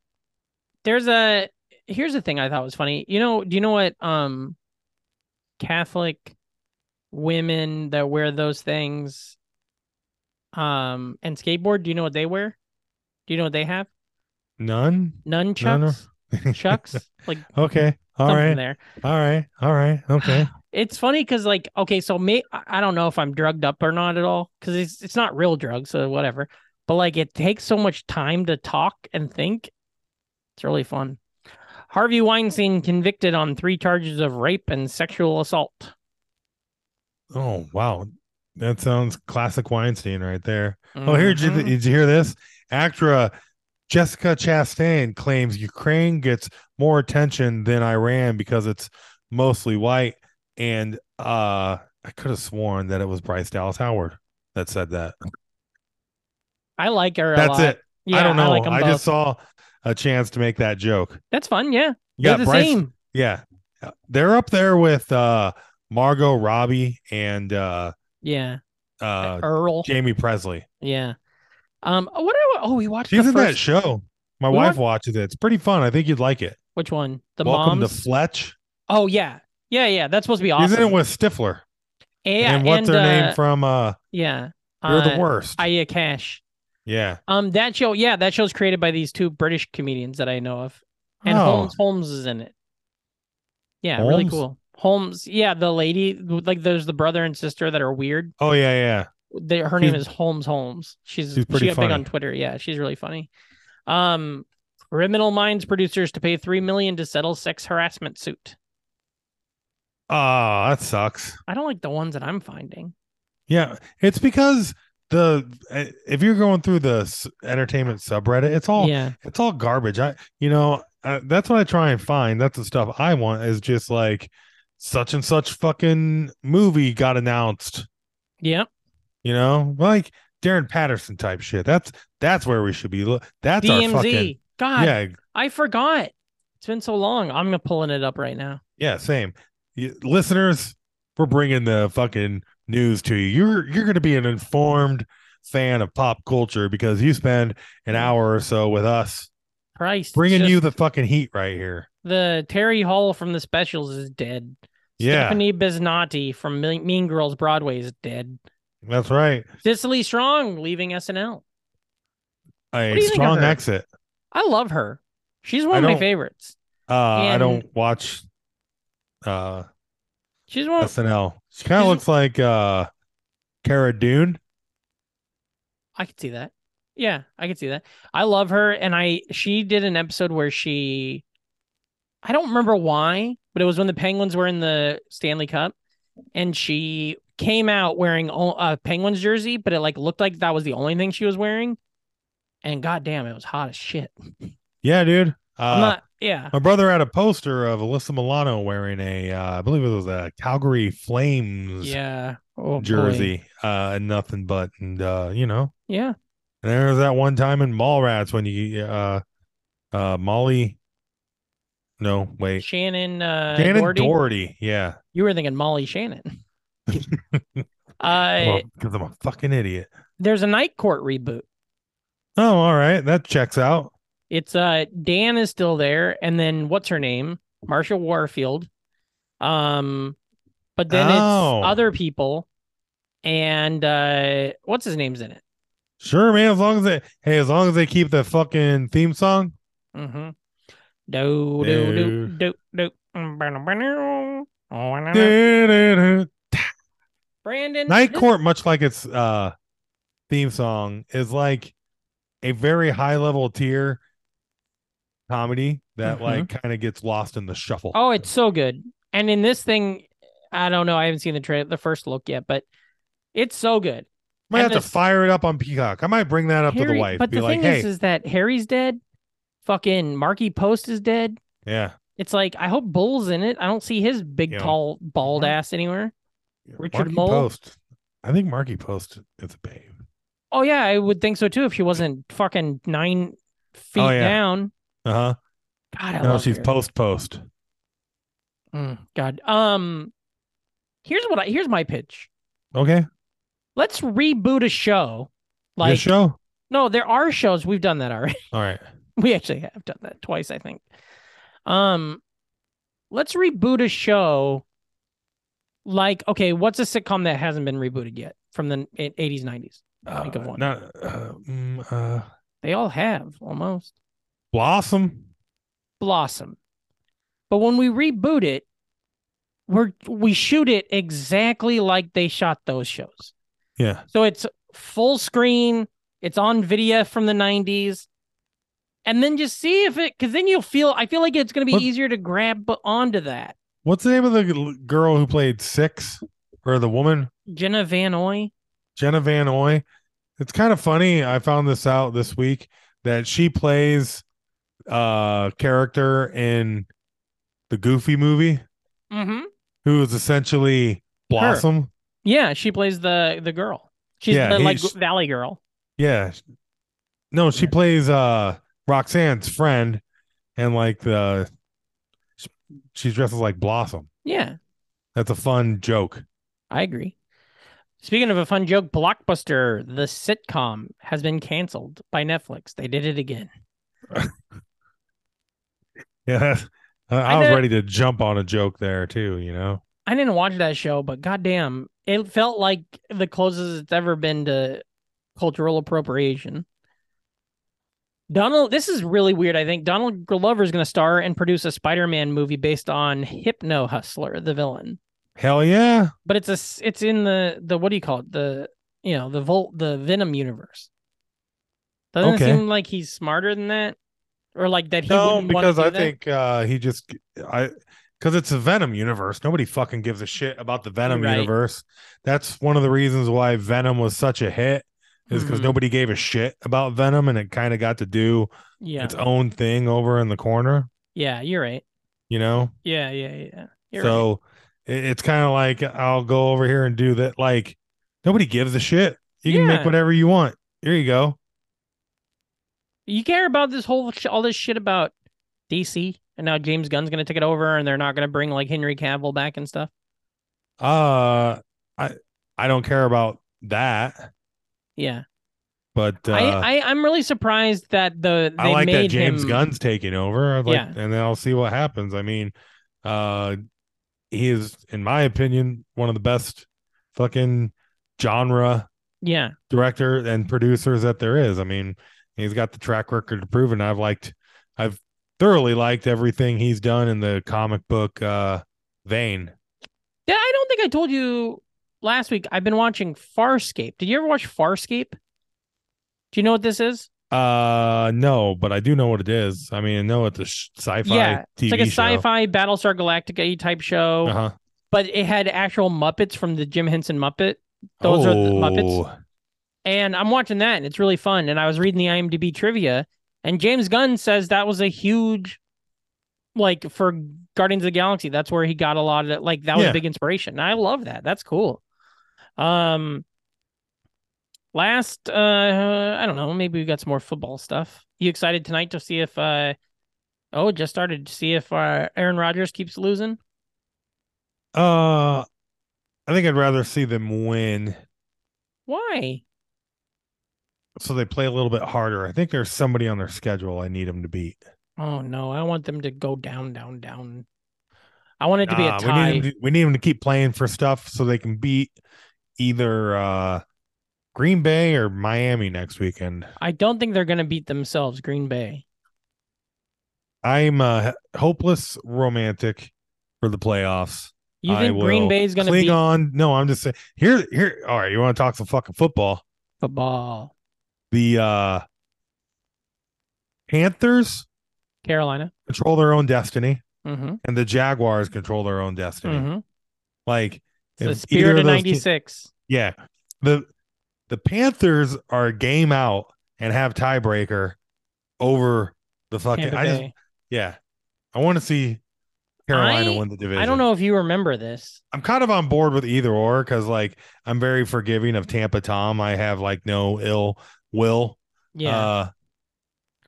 Speaker 4: there's a here's the thing i thought was funny you know do you know what um catholic women that wear those things um and skateboard do you know what they wear do you know what they have
Speaker 2: None.
Speaker 4: nunchucks chucks like
Speaker 2: Okay. All
Speaker 4: something
Speaker 2: right.
Speaker 4: there
Speaker 2: All right. All right. Okay.
Speaker 4: it's funny because like okay so may i I don't know if i'm drugged up or not at all because it's, it's not real drugs so whatever but like it takes so much time to talk and think it's really fun harvey weinstein convicted on three charges of rape and sexual assault
Speaker 2: Oh wow, that sounds classic Weinstein right there. Oh, here did you,
Speaker 4: Mhm.
Speaker 2: did you hear this? Actra Jessica Chastain claims Ukraine gets more attention than Iran because it's mostly white. And uh, I could have sworn that it was Bryce Dallas Howard that said that.
Speaker 4: i like her a
Speaker 2: That's
Speaker 4: lot.
Speaker 2: it.
Speaker 4: yeah,
Speaker 2: I don't know. I,
Speaker 4: like 'em both.
Speaker 2: just saw a chance to make that joke.
Speaker 4: that's fun yeah
Speaker 2: You
Speaker 4: They're
Speaker 2: got
Speaker 4: the
Speaker 2: Bryce-
Speaker 4: same
Speaker 2: Yeah. They're up there with uh Margot Robbie and uh
Speaker 4: yeah
Speaker 2: uh
Speaker 4: earl
Speaker 2: Jamie Presley.
Speaker 4: yeah Um, what? Did I, wa- oh, we watched.
Speaker 2: She's
Speaker 4: the
Speaker 2: in
Speaker 4: first,
Speaker 2: that show. My
Speaker 4: We
Speaker 2: wife
Speaker 4: watched-
Speaker 2: watches it. It's pretty fun. I think you'd like it.
Speaker 4: Which one? The
Speaker 2: Welcome
Speaker 4: moms.
Speaker 2: to Fletch.
Speaker 4: oh yeah, yeah, yeah. That's supposed to be awesome.
Speaker 2: Isn't it with Stifler?
Speaker 4: yeah,
Speaker 2: and what's her
Speaker 4: uh,
Speaker 2: name from uh
Speaker 4: Yeah.
Speaker 2: You're the
Speaker 4: uh,
Speaker 2: Worst?
Speaker 4: Aya Cash.
Speaker 2: yeah.
Speaker 4: Um, that show, yeah, that show's created by these two British comedians that I know of, and
Speaker 2: Oh.
Speaker 4: Holmes Holmes is in it. Yeah, really
Speaker 2: Holmes?
Speaker 4: cool. Holmes, yeah, the lady, like, there's the brother and sister that are weird.
Speaker 2: Oh yeah, yeah.
Speaker 4: They, her name is Holmes Holmes. She's
Speaker 2: she's pretty
Speaker 4: she got big
Speaker 2: funny.
Speaker 4: on Twitter. Yeah, she's really funny. Um, Criminal Minds producers to pay three million to settle sex harassment suit.
Speaker 2: Ah, that sucks.
Speaker 4: I don't like the ones that I'm finding.
Speaker 2: Yeah, it's because the eh, if you're going through the s- entertainment subreddit, it's all
Speaker 4: yeah,
Speaker 2: it's all garbage. I, you know, uh, that's what I try and find. That's the stuff I want is just like such and such fucking movie got announced,
Speaker 4: yeah.
Speaker 2: you know, like Darren Patterson type shit. That's, that's where we should be. Look, that's
Speaker 4: DMZ.
Speaker 2: our fucking,
Speaker 4: God,
Speaker 2: yeah,
Speaker 4: I forgot. It's been so long. I'm gonna pulling it up right now.
Speaker 2: yeah, same. Y- Listeners, we're bringing the fucking news to you. You're, you're going to be an informed fan of pop culture because you spend an hour or so with us
Speaker 4: Christ, it's
Speaker 2: bringing
Speaker 4: just-
Speaker 2: you the fucking heat right here.
Speaker 4: the Terry Hall from the specials is dead.
Speaker 2: Yeah,
Speaker 4: Stephanie Biznati from Mil- Mean Girls Broadway is dead.
Speaker 2: that's right.
Speaker 4: Cicely Strong leaving SNL. do
Speaker 2: A
Speaker 4: you think of
Speaker 2: strong
Speaker 4: her?
Speaker 2: exit.
Speaker 4: I love her. She's one
Speaker 2: I
Speaker 4: of my
Speaker 2: don't-
Speaker 4: favorites.
Speaker 2: Uh, I
Speaker 4: And-
Speaker 2: don't watch uh
Speaker 4: She's one.
Speaker 2: SNL. She kind of
Speaker 4: Isn't-
Speaker 2: looks like uh Cara Dune.
Speaker 4: I could see that. Yeah, I could see that. I love her, and I she did an episode where she, I don't remember why, but it was when the Penguins were in the Stanley Cup, and she came out wearing o- a Penguins jersey, but it like looked like that was the only thing she was wearing, and goddamn, it was hot as shit.
Speaker 2: Yeah, dude. Uh,
Speaker 4: I'm not. Yeah.
Speaker 2: my brother had a poster of Alyssa Milano wearing a, uh, I believe it was a Calgary Flames
Speaker 4: Yeah. Oh, boy.
Speaker 2: jersey, uh, and nothing but, and uh, you know,
Speaker 4: Yeah.
Speaker 2: and there was that one time in Mallrats when you, uh, uh, Molly, no, wait,
Speaker 4: Shannon. Uh,
Speaker 2: Shannon
Speaker 4: Doherty.
Speaker 2: Doherty, yeah,
Speaker 4: You were thinking Molly Shannon. uh,
Speaker 2: because I'm a fucking idiot.
Speaker 4: there's a night court reboot.
Speaker 2: Oh, all right, that checks out.
Speaker 4: It's uh Dan is still there, and then what's her name? Marsha Warfield. Um, but then
Speaker 2: Oh.
Speaker 4: it's other people, and uh, what's his name's in it?
Speaker 2: Sure, man. As long as they, hey, as long as they keep the fucking theme song.
Speaker 4: Mm-hmm. Do do do do do. Mm, ba-dum, ba-dum. Oh, wa- na- na.
Speaker 2: Du-du-du.
Speaker 4: Brandon.
Speaker 2: Night
Speaker 4: this-
Speaker 2: Court, much like its uh, theme song, is like a very high level tier comedy that
Speaker 4: Mhm.
Speaker 2: like kind of gets lost in the shuffle.
Speaker 4: Oh, it's so good. And in this thing, I don't know. I haven't seen the tra- the first look yet, but it's so good.
Speaker 2: might have
Speaker 4: and
Speaker 2: to
Speaker 4: this-
Speaker 2: fire it up on Peacock. I might bring that up to the
Speaker 4: Harry-
Speaker 2: wife.
Speaker 4: But
Speaker 2: Be
Speaker 4: the
Speaker 2: like,
Speaker 4: thing
Speaker 2: hey,
Speaker 4: is, is that Harry's dead. Fucking Marky Post is dead.
Speaker 2: yeah,
Speaker 4: It's like I hope Bull's in it. I don't see his big,
Speaker 2: Yeah.
Speaker 4: tall, bald
Speaker 2: Mhm.
Speaker 4: ass anywhere. Richard
Speaker 2: Marky
Speaker 4: Mole?
Speaker 2: Post. I think Marky Post is a babe.
Speaker 4: Oh yeah, I would think so too if she wasn't fucking nine feet
Speaker 2: Oh, yeah.
Speaker 4: down.
Speaker 2: Uh huh.
Speaker 4: God, I
Speaker 2: No,
Speaker 4: love
Speaker 2: she's
Speaker 4: her.
Speaker 2: post post.
Speaker 4: Mm, God. Um, here's what I here's my pitch.
Speaker 2: Okay.
Speaker 4: Let's reboot a show. Like
Speaker 2: This show.
Speaker 4: no, there are shows we've done that already.
Speaker 2: All right.
Speaker 4: we actually have done that twice i think um let's reboot a show like okay what's a sitcom that hasn't been rebooted yet from the n- 80s 90s Think of
Speaker 2: Uh,
Speaker 4: one.
Speaker 2: Not, uh, mm, uh,
Speaker 4: they all have almost
Speaker 2: Blossom.
Speaker 4: blossom but when we reboot it we're we shoot it exactly like they shot those shows
Speaker 2: Yeah.
Speaker 4: So it's full screen, it's on video from the 90s. And then just see if it cuz then you'll feel I feel like it's going to be
Speaker 2: What-
Speaker 4: easier to grab onto that.
Speaker 2: What's the name of the g- girl who played Six or the woman
Speaker 4: Jenna Van Oy.
Speaker 2: Jenna Van Oy? It's kind of funny. I found this out this week that she plays a character in the Goofy movie
Speaker 4: Mhm.
Speaker 2: who is essentially Blossom.
Speaker 4: Yeah, she plays the the girl. She's
Speaker 2: Yeah,
Speaker 4: the like
Speaker 2: he's-
Speaker 4: Valley girl.
Speaker 2: Yeah. No, she
Speaker 4: Yeah.
Speaker 2: plays uh Roxanne's friend and like the she- she dresses like Blossom.
Speaker 4: Yeah,
Speaker 2: That's a fun joke.
Speaker 4: I agree. Speaking of a fun joke, Blockbuster, the sitcom, has been canceled by Netflix. They did it again.
Speaker 2: Yeah, that's- I, I
Speaker 4: I
Speaker 2: was
Speaker 4: know-
Speaker 2: ready to jump on a joke there too. You know,
Speaker 4: I didn't watch that show, but goddamn, it felt like the closest it's ever been to cultural appropriation. Donald, this is really weird. I think Donald Glover is going to star and produce a Spider-Man movie based on Hypno Hustler, the villain.
Speaker 2: hell yeah,
Speaker 4: But it's a, s- it's in the the what do you call it? The you know the Volt the Venom universe. Doesn't
Speaker 2: Okay.
Speaker 4: it seem like he's smarter than that, or like that he
Speaker 2: no,
Speaker 4: wouldn't wanna
Speaker 2: because
Speaker 4: do
Speaker 2: I
Speaker 4: that?
Speaker 2: think uh, he just I because it's a Venom universe. Nobody fucking gives a shit about the Venom
Speaker 4: Right.
Speaker 2: universe. That's one of the reasons why Venom was such a hit is because
Speaker 4: Mhm.
Speaker 2: nobody gave a shit about Venom, and it kind of got to do
Speaker 4: yeah
Speaker 2: its own thing over in the corner.
Speaker 4: yeah you're right
Speaker 2: You know,
Speaker 4: yeah yeah yeah you're right.
Speaker 2: so it, it's kind of like I'll go over here and do that. Like nobody gives a shit. You can make
Speaker 4: Yeah.
Speaker 2: whatever you want. Here you go.
Speaker 4: you care about this whole sh- all this shit about DC and now James Gunn's gonna take it over and they're not gonna bring like Henry Cavill back and stuff.
Speaker 2: Uh, I I don't care about that,
Speaker 4: Yeah,
Speaker 2: but uh, I,
Speaker 4: I, I I'm really surprised that the they
Speaker 2: like
Speaker 4: made
Speaker 2: that James
Speaker 4: him,
Speaker 2: Gunn's taking over. I'd like,
Speaker 4: Yeah.
Speaker 2: and then I'll see what happens. I mean, uh, he is, in my opinion, one of the best fucking genre
Speaker 4: Yeah,
Speaker 2: director and producers that there is. I mean, he's got the track record to prove, and I've liked, I've thoroughly liked everything he's done in the comic book uh vein.
Speaker 4: yeah. I don't think I told you last week. I've been watching Farscape. Did you ever watch Farscape? Do you know what this is?
Speaker 2: Uh, no, but I do know what it is. I mean, I know it's a sh- sci-fi
Speaker 4: yeah,
Speaker 2: TV
Speaker 4: it's like a
Speaker 2: show.
Speaker 4: sci-fi Battlestar Galactica type show,
Speaker 2: Uh-huh.
Speaker 4: but it had actual Muppets from the Jim Henson Muppet. Those are the Muppets.
Speaker 2: Oh.
Speaker 4: and I'm watching that and it's really fun. And I was reading the IMDb trivia, and James Gunn says that was a huge, like for Guardians of the Galaxy. That's where he got a lot of it. Like that was
Speaker 2: Yeah.
Speaker 4: a big inspiration. And I love that. That's cool. Um, last, uh, I don't know. Maybe we got some more football stuff. You excited tonight to see if, uh, oh, it just started to see if uh, Aaron Rodgers keeps losing.
Speaker 2: Uh, I think I'd rather see them win
Speaker 4: Why?
Speaker 2: so they play a little bit harder. I think there's somebody on their schedule I need them to beat.
Speaker 4: Oh no, I want them to go down, down, down. I want it to be
Speaker 2: Nah,
Speaker 4: a tie.
Speaker 2: Uh, We need, them to, we need 'em to keep playing for stuff so they can beat either uh, Green Bay or Miami next weekend.
Speaker 4: I don't think they're going to beat themselves, Green Bay.
Speaker 2: I'm a hopeless romantic for the playoffs.
Speaker 4: You
Speaker 2: I
Speaker 4: think Green
Speaker 2: will
Speaker 4: Bay's going to
Speaker 2: cling
Speaker 4: beat
Speaker 2: on? No, I'm just saying. Here, here. All right, you want to talk some fucking football?
Speaker 4: football?
Speaker 2: The uh, Panthers
Speaker 4: Carolina.
Speaker 2: control their own destiny.
Speaker 4: Mm-hmm.
Speaker 2: and the Jaguars control their own destiny.
Speaker 4: hmm
Speaker 2: Like
Speaker 4: It's the
Speaker 2: if either
Speaker 4: spirit of
Speaker 2: those te-
Speaker 4: '96.
Speaker 2: yeah, the the Panthers are a game out and have tiebreaker over the fucking.
Speaker 4: Tampa
Speaker 2: I just,
Speaker 4: Bay.
Speaker 2: yeah, I want to see Carolina
Speaker 4: I-
Speaker 2: win the division.
Speaker 4: I don't know if you remember this.
Speaker 2: I'm kind of on board with either or because like I'm very forgiving of Tampa Tom. I have like no ill will.
Speaker 4: Yeah,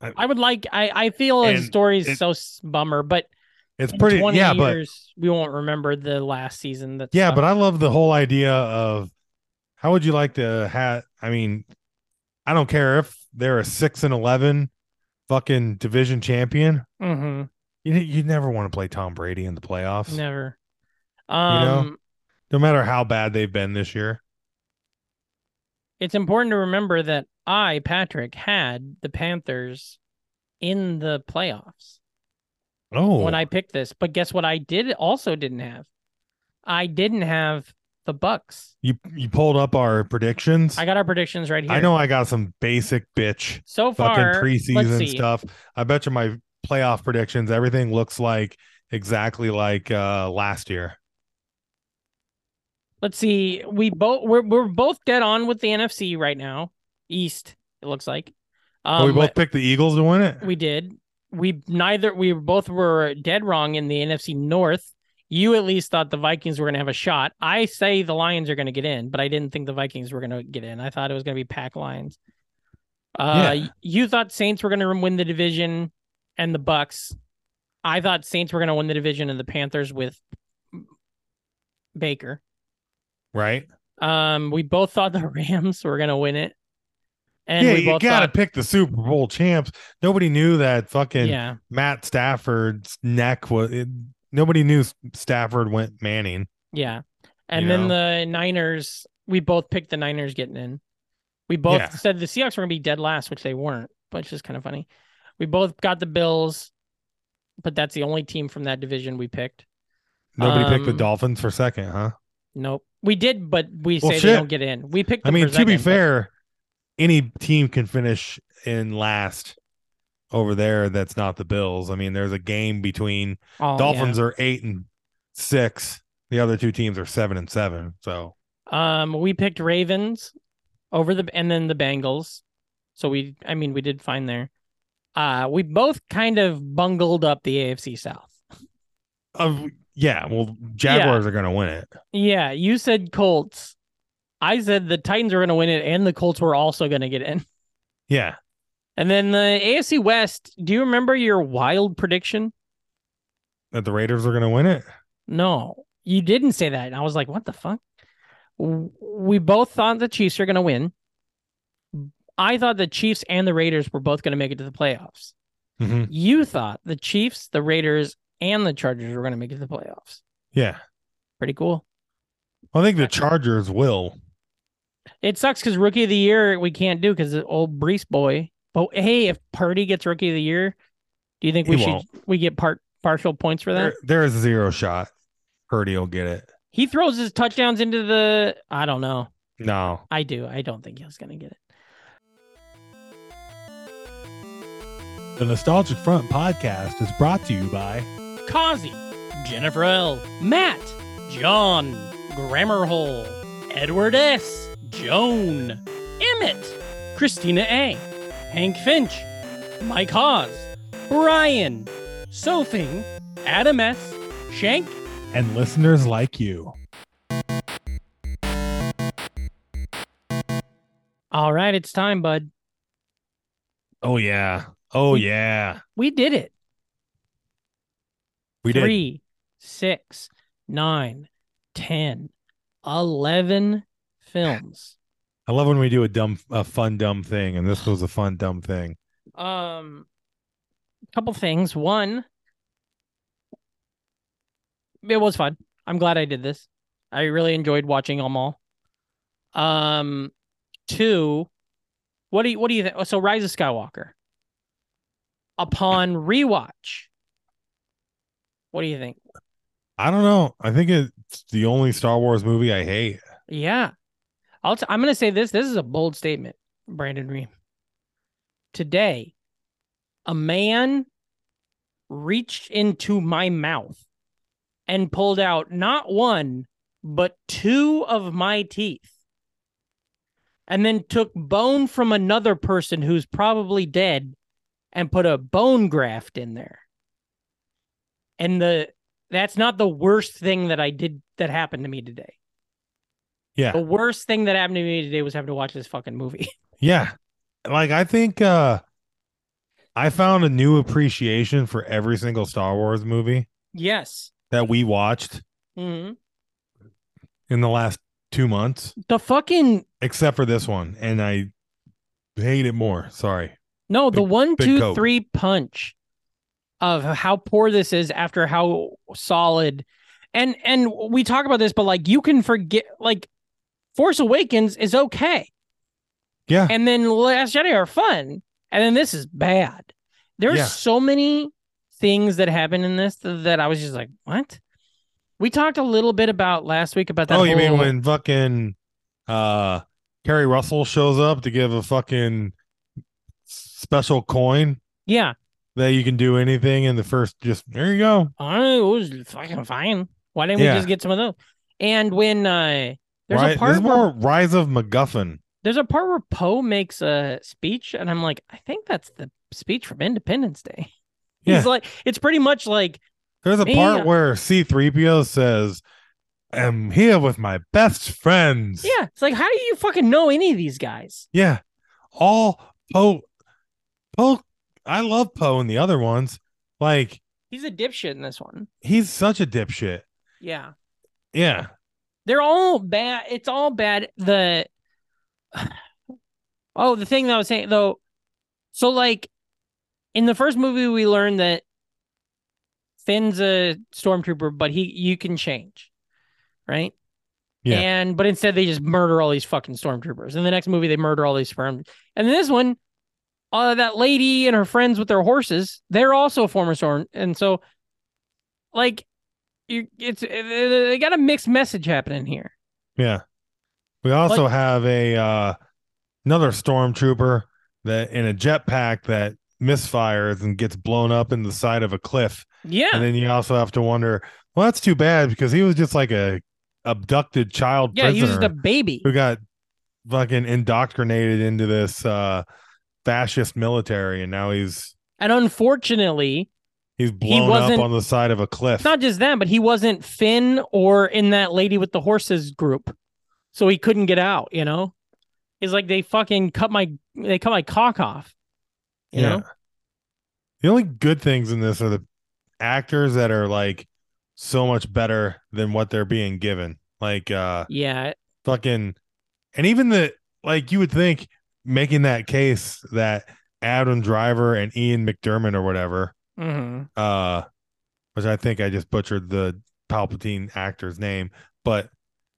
Speaker 2: Uh,
Speaker 4: I would like. I I feel his
Speaker 2: and
Speaker 4: story is
Speaker 2: it-
Speaker 4: so s- bummer, but
Speaker 2: it's
Speaker 4: in
Speaker 2: pretty.
Speaker 4: 20
Speaker 2: Yeah, but
Speaker 4: years we won't remember the last season. That
Speaker 2: Yeah, but I love the whole idea of how would you like to have? I mean, I don't care if they're a six and eleven fucking division champion.
Speaker 4: I mm-hmm,
Speaker 2: You you never want to play Tom Brady in the playoffs,
Speaker 4: never. Um,
Speaker 2: know? no matter how bad they've been this year.
Speaker 4: it's important to remember that I Patrick had the Panthers in the playoffs.
Speaker 2: Oh,
Speaker 4: when I picked this. But guess what? I did also didn't have. I didn't have the Bucks.
Speaker 2: you you pulled up our predictions.
Speaker 4: I
Speaker 2: I,
Speaker 4: got our predictions right here.
Speaker 2: know I got some basic bitch
Speaker 4: So
Speaker 2: fucking
Speaker 4: far, let's
Speaker 2: preseason
Speaker 4: see.
Speaker 2: stuff. I bet you my playoff predictions, everything looks like exactly like uh last year.
Speaker 4: Let's see. We both we're we're both dead on with the NFC right now. East, it looks like.
Speaker 2: Oh,
Speaker 4: Um,
Speaker 2: we both picked the Eagles to win it.
Speaker 4: we did. We neither we both were dead wrong in the NFC North. You at least thought the Vikings were going to have a shot. I say the Lions are going to get in, but I didn't think the Vikings were going to get in. I thought it was going to be pack Lions. Uh,
Speaker 2: Yeah.
Speaker 4: You thought Saints were going to win the division and the Bucks. I thought Saints were going to win the division and the Panthers with Baker.
Speaker 2: right?
Speaker 4: Um, we both thought the Rams were gonna win it, and
Speaker 2: yeah,
Speaker 4: we
Speaker 2: you
Speaker 4: both
Speaker 2: gotta
Speaker 4: thought,
Speaker 2: pick the Super Bowl champs. Nobody knew that fucking
Speaker 4: yeah,
Speaker 2: Matt Stafford's neck was. It, nobody knew Stafford went Manning.
Speaker 4: yeah. And
Speaker 2: You
Speaker 4: then the Niners, we both picked the Niners getting in. We both
Speaker 2: Yeah.
Speaker 4: said the Seahawks were gonna be dead last, which they weren't, but it's just kind of funny. We both got the Bills, but that's the only team from that division we picked.
Speaker 2: Nobody picked the
Speaker 4: Um,
Speaker 2: Dolphins for second, huh?
Speaker 4: Nope, we did, but we
Speaker 2: Well,
Speaker 4: say they
Speaker 2: shit.
Speaker 4: don't get in. We picked.
Speaker 2: I
Speaker 4: them
Speaker 2: mean,
Speaker 4: for
Speaker 2: to be
Speaker 4: second, but-
Speaker 2: fair, any team can finish in last over there. That's not the Bills. I mean, there's a game between
Speaker 4: Oh, yeah.
Speaker 2: Dolphins are eight and six. The other two teams are seven and seven. So
Speaker 4: Um, we picked Ravens over the and then the Bengals. So we, I mean, we did fine there. Uh, we both kind of bungled up the AFC South.
Speaker 2: of yeah, well, Jaguars are gonna win it.
Speaker 4: Yeah, you said Colts. I said the Titans were going to win it, and the Colts were also going to get in.
Speaker 2: Yeah.
Speaker 4: And then the AFC West. Do you remember your wild prediction?
Speaker 2: That the Raiders are gonna win it.
Speaker 4: No, you didn't say that. And I was like, what the fuck? W- We both thought the Chiefs are going to win. I thought the Chiefs and the Raiders were both going to make it to the playoffs.
Speaker 2: Mhm.
Speaker 4: You thought the Chiefs, the Raiders, and the Chargers were going to make it to the playoffs.
Speaker 2: Yeah.
Speaker 4: Pretty cool.
Speaker 2: I think the Chargers will.
Speaker 4: It sucks because rookie of the year we can't do because the old Brees boy. But hey, if Purdy gets rookie of the year, do you think
Speaker 2: He
Speaker 4: we should
Speaker 2: won't.
Speaker 4: we get part partial points for that?
Speaker 2: There, there is zero shot. Purdy will get it.
Speaker 4: He throws his touchdowns into the I don't know.
Speaker 2: No.
Speaker 4: I do. I don't think he was going to get it.
Speaker 3: The Nostalgic Front podcast is brought to you by
Speaker 4: Kazi, Jennifer L, Matt, John, Grammarhole, Edward S, Joan, Emmett, Christina A, Hank Finch, Mike Hawes, Brian, Sophing, Adam S, Shank,
Speaker 3: and listeners like you.
Speaker 4: all right, it's time, bud.
Speaker 2: Oh yeah. Oh yeah.
Speaker 4: We did it.
Speaker 2: We did.
Speaker 4: Three, six, nine, ten, eleven films.
Speaker 2: I love when we do a dumb, a fun dumb thing, and this was a fun dumb thing.
Speaker 4: Um, couple things. One, it was fun. I'm glad I did this. I really enjoyed watching them all. Um, two, what do you what do you think? So, Rise of Skywalker. Upon rewatch, what do you think?
Speaker 2: I don't know. I think it's the only Star Wars movie I hate.
Speaker 4: Yeah. I'll t- I'm going to say this. This is a bold statement, Brandon Ream. Today, a man reached into my mouth and pulled out not one, but two of my teeth. And then took bone from another person who's probably dead and put a bone graft in there. And the that's not the worst thing that I did that happened to me today. The worst thing that happened to me today was having to watch this fucking movie.
Speaker 2: Yeah. Like I think uh I found a new appreciation for every single Star Wars movie
Speaker 4: yes.
Speaker 2: that we watched Mm-hmm.
Speaker 4: hmm
Speaker 2: in the last two months,
Speaker 4: The fucking
Speaker 2: except for this one, and I hate it more. Sorry.
Speaker 4: no, the
Speaker 2: Big-
Speaker 4: one,
Speaker 2: big
Speaker 4: two,
Speaker 2: coke.
Speaker 4: three punch of how poor this is after how solid, and and we talk about this, but like you can forget, like Force Awakens is okay,
Speaker 2: Yeah.
Speaker 4: and then Last Jedi are fun, and then this is bad. There's
Speaker 2: Yeah.
Speaker 4: so many things that happened in this that I was just like, what? We talked a little bit about last week about that.
Speaker 2: Oh, you mean
Speaker 4: whole-
Speaker 2: when fucking uh Carrie Russell shows up to give a fucking special coin
Speaker 4: Yeah,
Speaker 2: that you can do anything in the first just there you go.
Speaker 4: Oh, it was fucking fine. Why didn't
Speaker 2: Yeah.
Speaker 4: we just get some of those? And when uh, there's
Speaker 2: Right?
Speaker 4: a part
Speaker 2: this is
Speaker 4: where
Speaker 2: more Rise of MacGuffin.
Speaker 4: there's a part where Poe makes a speech, and I'm like, I think that's the speech from Independence Day.
Speaker 2: Yeah.
Speaker 4: He's like, it's pretty much like,
Speaker 2: There's a
Speaker 4: Me-
Speaker 2: part where C3PO says, I'm here with my best friends.
Speaker 4: yeah, it's like, how do you fucking know any of these guys?
Speaker 2: Yeah. All Poe. Poe. I love Poe and the other ones. Like,
Speaker 4: He's a dipshit in this one.
Speaker 2: he's such a dipshit.
Speaker 4: Yeah,
Speaker 2: Yeah.
Speaker 4: They're all bad. It's all bad. The oh, the thing that I was saying though. So like, in the first movie, we learned that Finn's a stormtrooper, but he you can change, right?
Speaker 2: Yeah.
Speaker 4: And but instead they just murder all these fucking stormtroopers. In the next movie, they murder all these sperm. And in this one, uh, that lady and her friends with their horses, they're also former storm. And so, like, you it's uh, they got a mixed message happening here.
Speaker 2: Yeah. We also have a uh another stormtrooper that in a jetpack that misfires and gets blown up in the side of a cliff.
Speaker 4: Yeah.
Speaker 2: And then you also have to wonder, well, that's too bad because he was just like a abducted child
Speaker 4: Yeah. He
Speaker 2: prisoner
Speaker 4: was just a baby.
Speaker 2: who got fucking indoctrinated into this uh fascist military and now he's
Speaker 4: And unfortunately,
Speaker 2: he's blown up
Speaker 4: wasn't-
Speaker 2: on the side of a cliff.
Speaker 4: It's not just that, but he wasn't Finn or in that lady with the horses group, so he couldn't get out. You know, it's like they fucking cut my they cut my cock off. You know,
Speaker 2: The only good things in this are the actors that are like so much better than what they're being given. Like uh
Speaker 4: yeah,
Speaker 2: fucking and even the like you would think making that case that Adam Driver and Ian McDermott or whatever,
Speaker 4: hmm
Speaker 2: uh which I think I just butchered the Palpatine actor's name, but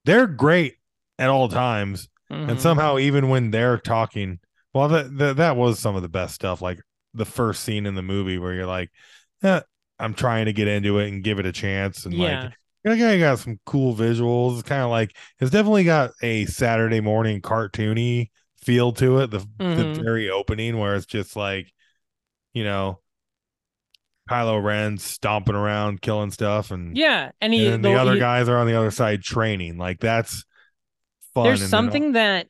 Speaker 2: they're great at all times
Speaker 4: Mm-hmm.
Speaker 2: and somehow even when they're talking well that, that that was some of the best stuff like the first scene in the movie where you're like eh, i'm trying to get into it and give it a chance and
Speaker 4: yeah,
Speaker 2: like yeah, yeah, you got some cool visuals kind of like it's definitely got a saturday morning cartoony feel to it the, the
Speaker 4: Mhm.
Speaker 2: very opening where it's just like you know Kylo Ren stomping around, killing stuff, and
Speaker 4: yeah, and
Speaker 2: and
Speaker 4: he
Speaker 2: then the other
Speaker 4: he-
Speaker 2: guys are on the other side training. Like that's fun.
Speaker 4: There's
Speaker 2: and then all-
Speaker 4: something that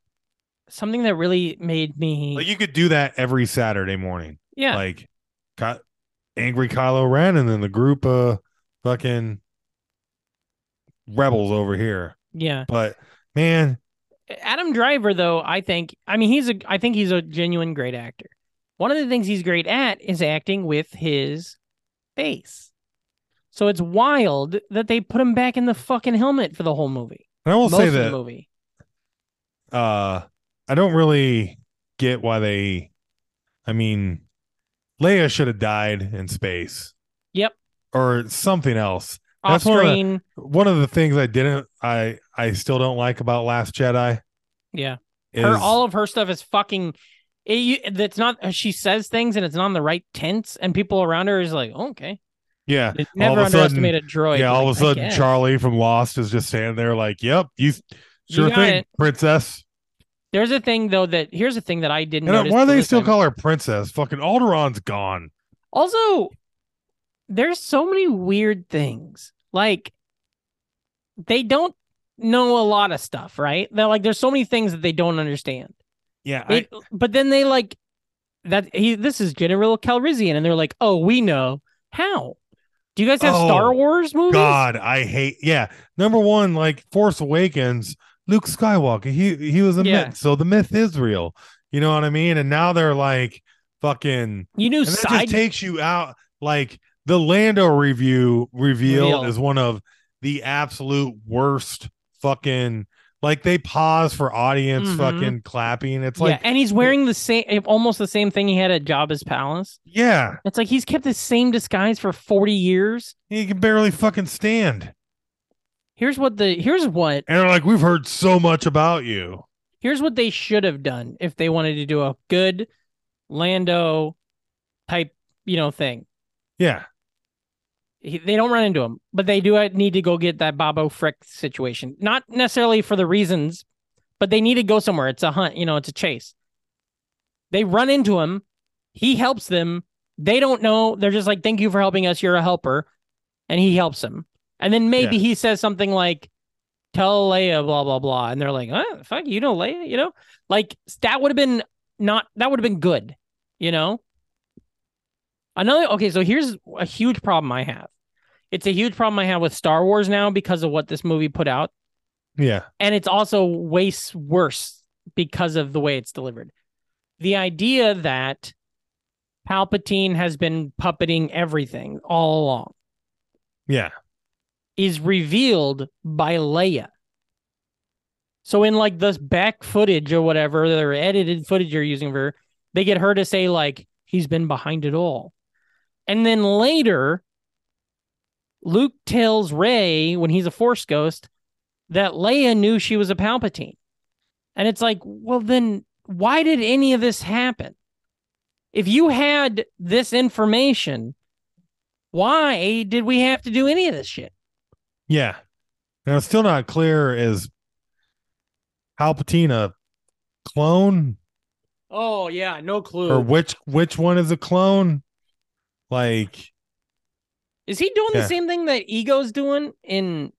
Speaker 4: something that really made me
Speaker 2: Like you could do that every Saturday morning.
Speaker 4: yeah
Speaker 2: Like Ky- angry Kylo Ren and then the group of fucking rebels over here.
Speaker 4: yeah.
Speaker 2: But man,
Speaker 4: Adam Driver, though, I think, I mean, he's a, I think he's a genuine great actor. One of the things he's great at is acting with his face. So it's wild that they put him back in the fucking helmet for the whole movie.
Speaker 2: and I will
Speaker 4: most
Speaker 2: say
Speaker 4: of the
Speaker 2: that
Speaker 4: movie.
Speaker 2: uh I don't really get why they I mean Leia should have died in space.
Speaker 4: Yep.
Speaker 2: Or something else.
Speaker 4: Off
Speaker 2: That's one of the-
Speaker 4: screen.
Speaker 2: One of the things I didn't I I still don't like about Last Jedi
Speaker 4: Yeah.
Speaker 2: is
Speaker 4: her, all of her stuff is fucking, it, you, that's not, she says things and it's not in the right tense, and people around her is like, oh, okay.
Speaker 2: yeah,
Speaker 4: They Never
Speaker 2: of a sudden-
Speaker 4: underestimate a droid.
Speaker 2: Yeah, all
Speaker 4: Like,
Speaker 2: of a
Speaker 4: I
Speaker 2: sudden
Speaker 4: guess.
Speaker 2: Charlie from Lost is just standing there like, "Yep, you
Speaker 4: You
Speaker 2: sure
Speaker 4: got
Speaker 2: thing,
Speaker 4: it.
Speaker 2: princess."
Speaker 4: There's a thing, though, that here's a thing that I didn't
Speaker 2: And uh,
Speaker 4: notice
Speaker 2: why do they
Speaker 4: till this
Speaker 2: still
Speaker 4: time.
Speaker 2: call her princess? Fucking Alderon's gone.
Speaker 4: Also, there's so many weird things. Like they don't know a lot of stuff, right? They're like there's so many things that they don't understand.
Speaker 2: Yeah,
Speaker 4: They- but then they like that he this is General Calrissian and they're like, "Oh, we know how." Do you guys have
Speaker 2: Oh,
Speaker 4: Star Wars movies?
Speaker 2: God, I hate. Yeah, number one, like Force Awakens, Luke Skywalker. He he was a
Speaker 4: Yeah.
Speaker 2: myth, so the myth is real. You know what I mean? And now they're like fucking.
Speaker 4: You knew
Speaker 2: And that
Speaker 4: side
Speaker 2: just takes you out. Like the Lando review reveal,
Speaker 4: Reveal.
Speaker 2: is one of the absolute worst fucking. Like they pause for audience
Speaker 4: Mhm.
Speaker 2: fucking clapping. It's like
Speaker 4: yeah, and he's wearing the same almost the same thing he had at Jabba's palace.
Speaker 2: yeah,
Speaker 4: It's like he's kept the same disguise for 40 years.
Speaker 2: he can barely fucking stand.
Speaker 4: Here's what the here's what
Speaker 2: And they're like, we've heard so much about you.
Speaker 4: here's what they should have done if they wanted to do a good Lando type, you know, thing.
Speaker 2: Yeah,
Speaker 4: He, they don't run into him, but they do uh, need to go get that Bobo Frick situation. Not necessarily for the reasons, but they need to go somewhere. It's a hunt, you know, it's a chase. They run into him. He helps them. They don't know. They're just like, thank you for helping us. You're a helper. And he helps him. And then maybe he says something like, tell Leia, blah, blah, blah. And they're like, oh, fuck, you know, Leia, you know, like that would have been not, that would have been good, you know? Another, okay, so here's a huge problem I have. It's a huge problem I have with Star Wars now because of what this movie put out
Speaker 2: yeah,
Speaker 4: and it's also way s- worse because of the way it's delivered. The idea that Palpatine has been puppeting everything all along
Speaker 2: yeah.
Speaker 4: is revealed by Leia So in like this back footage or whatever, their edited footage you're using for, they get her to say like he's been behind it all, and then later, Luke tells Ray when he's a Force ghost that Leia knew she was a Palpatine, and it's like, well then why did any of this happen? If you had this information, why did we have to do any of this shit?
Speaker 2: Yeah. Now it's still not clear is Palpatine a clone
Speaker 4: Oh yeah, no clue.
Speaker 2: or which which one is a clone? Like
Speaker 4: Is he doing
Speaker 2: Yeah.
Speaker 4: the same thing that Ego's doing in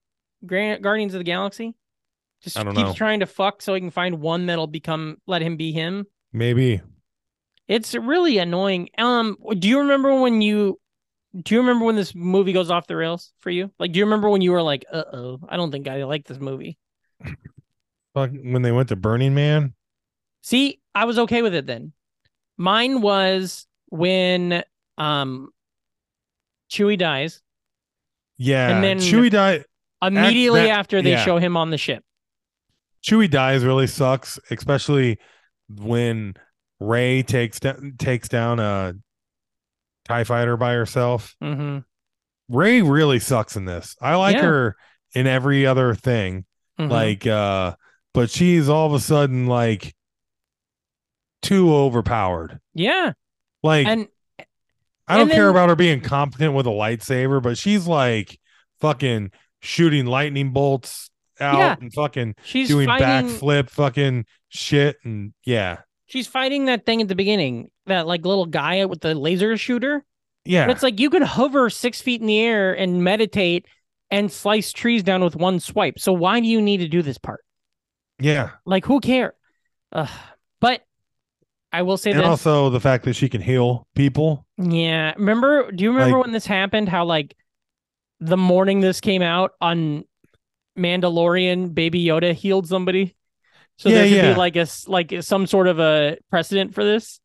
Speaker 4: Gran- Guardians of the Galaxy? Just
Speaker 2: I don't
Speaker 4: keeps
Speaker 2: know.
Speaker 4: trying to fuck so he can find one that'll become let him be him.
Speaker 2: maybe
Speaker 4: It's really annoying. Um, do you remember when you do you remember when this movie goes off the rails for you? Like, do you remember when you were like, "Uh oh, I don't think I like this movie"?
Speaker 2: fuck, when they went to Burning Man.
Speaker 4: See, I was okay with it then. Mine was when um Chewie dies
Speaker 2: Yeah.
Speaker 4: And then-
Speaker 2: Chewie died
Speaker 4: immediately
Speaker 2: that-
Speaker 4: after they
Speaker 2: yeah.
Speaker 4: show him on the ship.
Speaker 2: Chewie dies really sucks, especially when Ray takes down takes down a Tie Fighter by herself.
Speaker 4: hmm
Speaker 2: Ray really sucks in this. I like
Speaker 4: Yeah.
Speaker 2: her in every other thing.
Speaker 4: Mm-hmm.
Speaker 2: Like uh but she's all of a sudden like too overpowered.
Speaker 4: yeah,
Speaker 2: Like
Speaker 4: and
Speaker 2: I don't
Speaker 4: and
Speaker 2: care
Speaker 4: then-
Speaker 2: about her being competent with a lightsaber, but she's like fucking shooting lightning bolts out
Speaker 4: Yeah.
Speaker 2: and fucking
Speaker 4: she's
Speaker 2: doing
Speaker 4: fighting.
Speaker 2: backflip fucking shit and yeah.
Speaker 4: She's fighting that thing at the beginning, that like little guy with the laser shooter.
Speaker 2: Yeah.
Speaker 4: But It's like you could hover six feet in the air and meditate and slice trees down with one swipe. So why do you need to do this part?
Speaker 2: yeah.
Speaker 4: Like who care? Ugh. But I will say
Speaker 2: And
Speaker 4: this.
Speaker 2: also the fact that she can heal people.
Speaker 4: Yeah. Remember, do you remember
Speaker 2: Like-
Speaker 4: when this happened? How, like, the morning this came out on Mandalorian, Baby Yoda healed somebody? So
Speaker 2: Yeah,
Speaker 4: there could
Speaker 2: yeah.
Speaker 4: be like a s- like some sort of a precedent for this.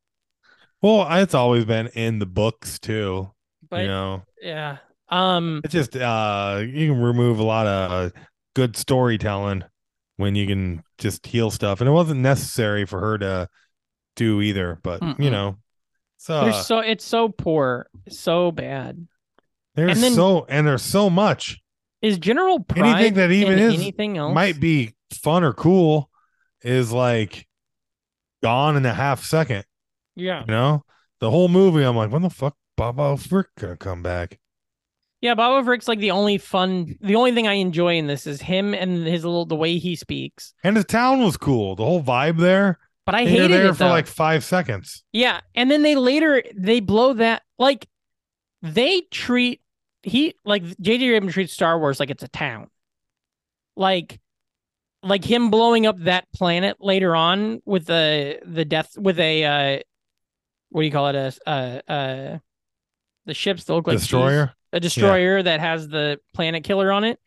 Speaker 2: Well, it's always been in the books too.
Speaker 4: But
Speaker 2: you know.
Speaker 4: yeah. Um
Speaker 2: It's just uh you can remove a lot of good storytelling when you can just heal stuff. And it wasn't necessary for her to do either, but you
Speaker 4: Mm-mm.
Speaker 2: know. uh, So
Speaker 4: there's
Speaker 2: there's so,
Speaker 4: so it's so poor, so bad. and
Speaker 2: and
Speaker 4: then-
Speaker 2: there's so much
Speaker 4: Is General Pride
Speaker 2: Anything that even
Speaker 4: in
Speaker 2: is
Speaker 4: anything else?
Speaker 2: might be fun or cool is like gone in a half second,
Speaker 4: Yeah.
Speaker 2: you know? The whole movie I'm like, when the fuck Bobo Frick gonna come back?
Speaker 4: Yeah, Boba Frick's like the only fun the only thing I enjoy in this is him and his little the way he speaks.
Speaker 2: And the town was cool. The whole vibe there.
Speaker 4: But I
Speaker 2: They were
Speaker 4: hated
Speaker 2: there
Speaker 4: it
Speaker 2: for
Speaker 4: though.
Speaker 2: like five seconds.
Speaker 4: Yeah, and then they later they blow that like they treat he like J.J. Abrams treats Star Wars like it's a town, like like him blowing up that planet later on with the the death with a uh what do you call it a uh uh the ships that look like cheese.
Speaker 2: Destroyer.
Speaker 4: a destroyer that has the planet killer on it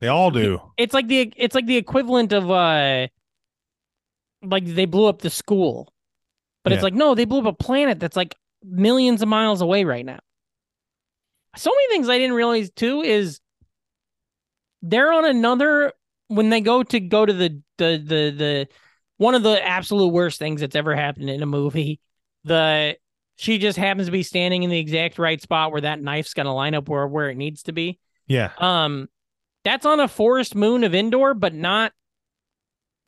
Speaker 2: They all do.
Speaker 4: it's like the it's like the equivalent of uh like they blew up the school but
Speaker 2: Yeah.
Speaker 4: it's like no they blew up a planet that's like millions of miles away right now so many things i didn't realize too is they're on another when they go to go to the the the the one of the absolute worst things that's ever happened in a movie the she just happens to be standing in the exact right spot where that knife's going to line up where where it needs to be
Speaker 2: Yeah.
Speaker 4: um, that's on a forest moon of Endor, but not,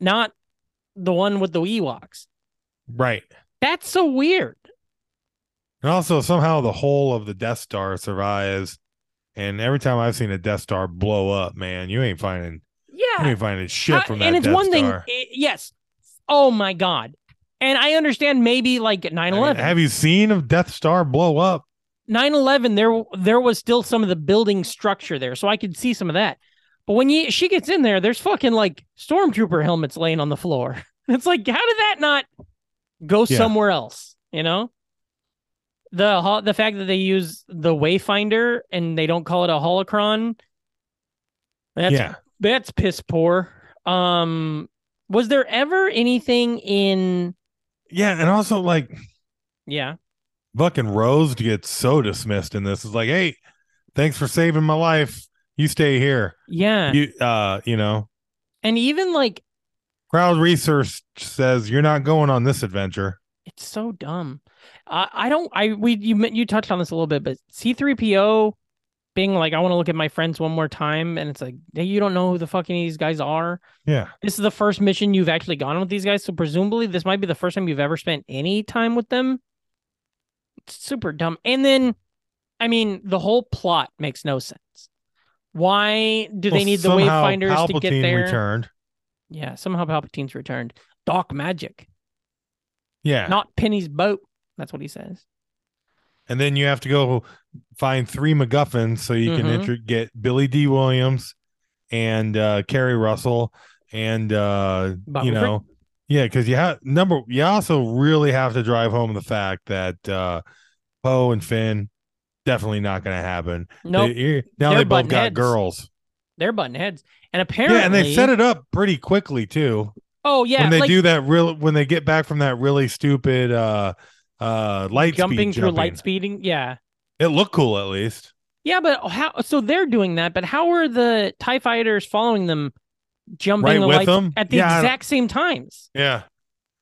Speaker 4: not the one with the Ewoks.
Speaker 2: Right.
Speaker 4: That's so weird.
Speaker 2: And also somehow the whole of the Death Star survives. And every time I've seen a Death Star blow up, man, you ain't finding you
Speaker 4: Yeah,
Speaker 2: ain't finding shit from that
Speaker 4: and it's
Speaker 2: Death
Speaker 4: one thing.
Speaker 2: Star.
Speaker 4: i- yes. Oh my god. And I understand maybe like
Speaker 2: I
Speaker 4: 9
Speaker 2: mean,
Speaker 4: 11.
Speaker 2: have you seen a Death Star blow up?
Speaker 4: 9 11, there, there was still some of the building structure there. So I could see some of that. But when you, she gets in there, there's fucking like stormtrooper helmets laying on the floor. It's like, how did that not go
Speaker 2: Yeah.
Speaker 4: somewhere else? You know? The ho- the fact that they use the Wayfinder and they don't call it a holocron. That's
Speaker 2: yeah.
Speaker 4: that's piss poor. Um was there ever anything in
Speaker 2: Yeah. And also like
Speaker 4: yeah.
Speaker 2: fucking Rose gets so dismissed in this. It's like, hey, thanks for saving my life. You stay here.
Speaker 4: Yeah.
Speaker 2: You uh, you know.
Speaker 4: and even like
Speaker 2: Crowd research says you're not going on this adventure.
Speaker 4: It's so dumb. I, I don't. I we you men- you touched on this a little bit, but C three PO being like, I want to look at my friends one more time, and it's like "Hey, you don't know who the fucking these guys are.
Speaker 2: Yeah.
Speaker 4: This is the first mission you've actually gone with these guys, so presumably this might be the first time you've ever spent any time with them. It's super dumb. And then, I mean, the whole plot makes no sense. Why do they
Speaker 2: Well,
Speaker 4: need the
Speaker 2: somehow
Speaker 4: wayfinders to get
Speaker 2: Palpatine
Speaker 4: there?
Speaker 2: Returned.
Speaker 4: Yeah, somehow Palpatine's returned. Doc magic,
Speaker 2: Yeah.
Speaker 4: not Penny's boat. That's what he says.
Speaker 2: and then you have to go find three MacGuffins so you can
Speaker 4: Mhm.
Speaker 2: intro- get Billy D. Williams and uh, Carrie Russell and uh,
Speaker 4: Boba
Speaker 2: you
Speaker 4: Fett.
Speaker 2: know, yeah, because you have number. You also really have to drive home the fact that uh, Poe and Finn definitely not going to happen.
Speaker 4: Nope.
Speaker 2: They- now
Speaker 4: They're
Speaker 2: they both
Speaker 4: butting
Speaker 2: got
Speaker 4: heads.
Speaker 2: girls.
Speaker 4: They're button heads. And apparently,
Speaker 2: Yeah, and they set it up pretty quickly too.
Speaker 4: Oh yeah,
Speaker 2: when they
Speaker 4: like
Speaker 2: do that, real when they get back from that really stupid uh, uh, light
Speaker 4: jumping
Speaker 2: speed
Speaker 4: through light speeding. Yeah,
Speaker 2: It looked cool at least.
Speaker 4: yeah, but how? So they're doing that, but how are the Tie Fighters following them, jumping
Speaker 2: Right
Speaker 4: the
Speaker 2: with
Speaker 4: lights
Speaker 2: them?
Speaker 4: at the
Speaker 2: Yeah, I don't-
Speaker 4: exact same times?
Speaker 2: Yeah.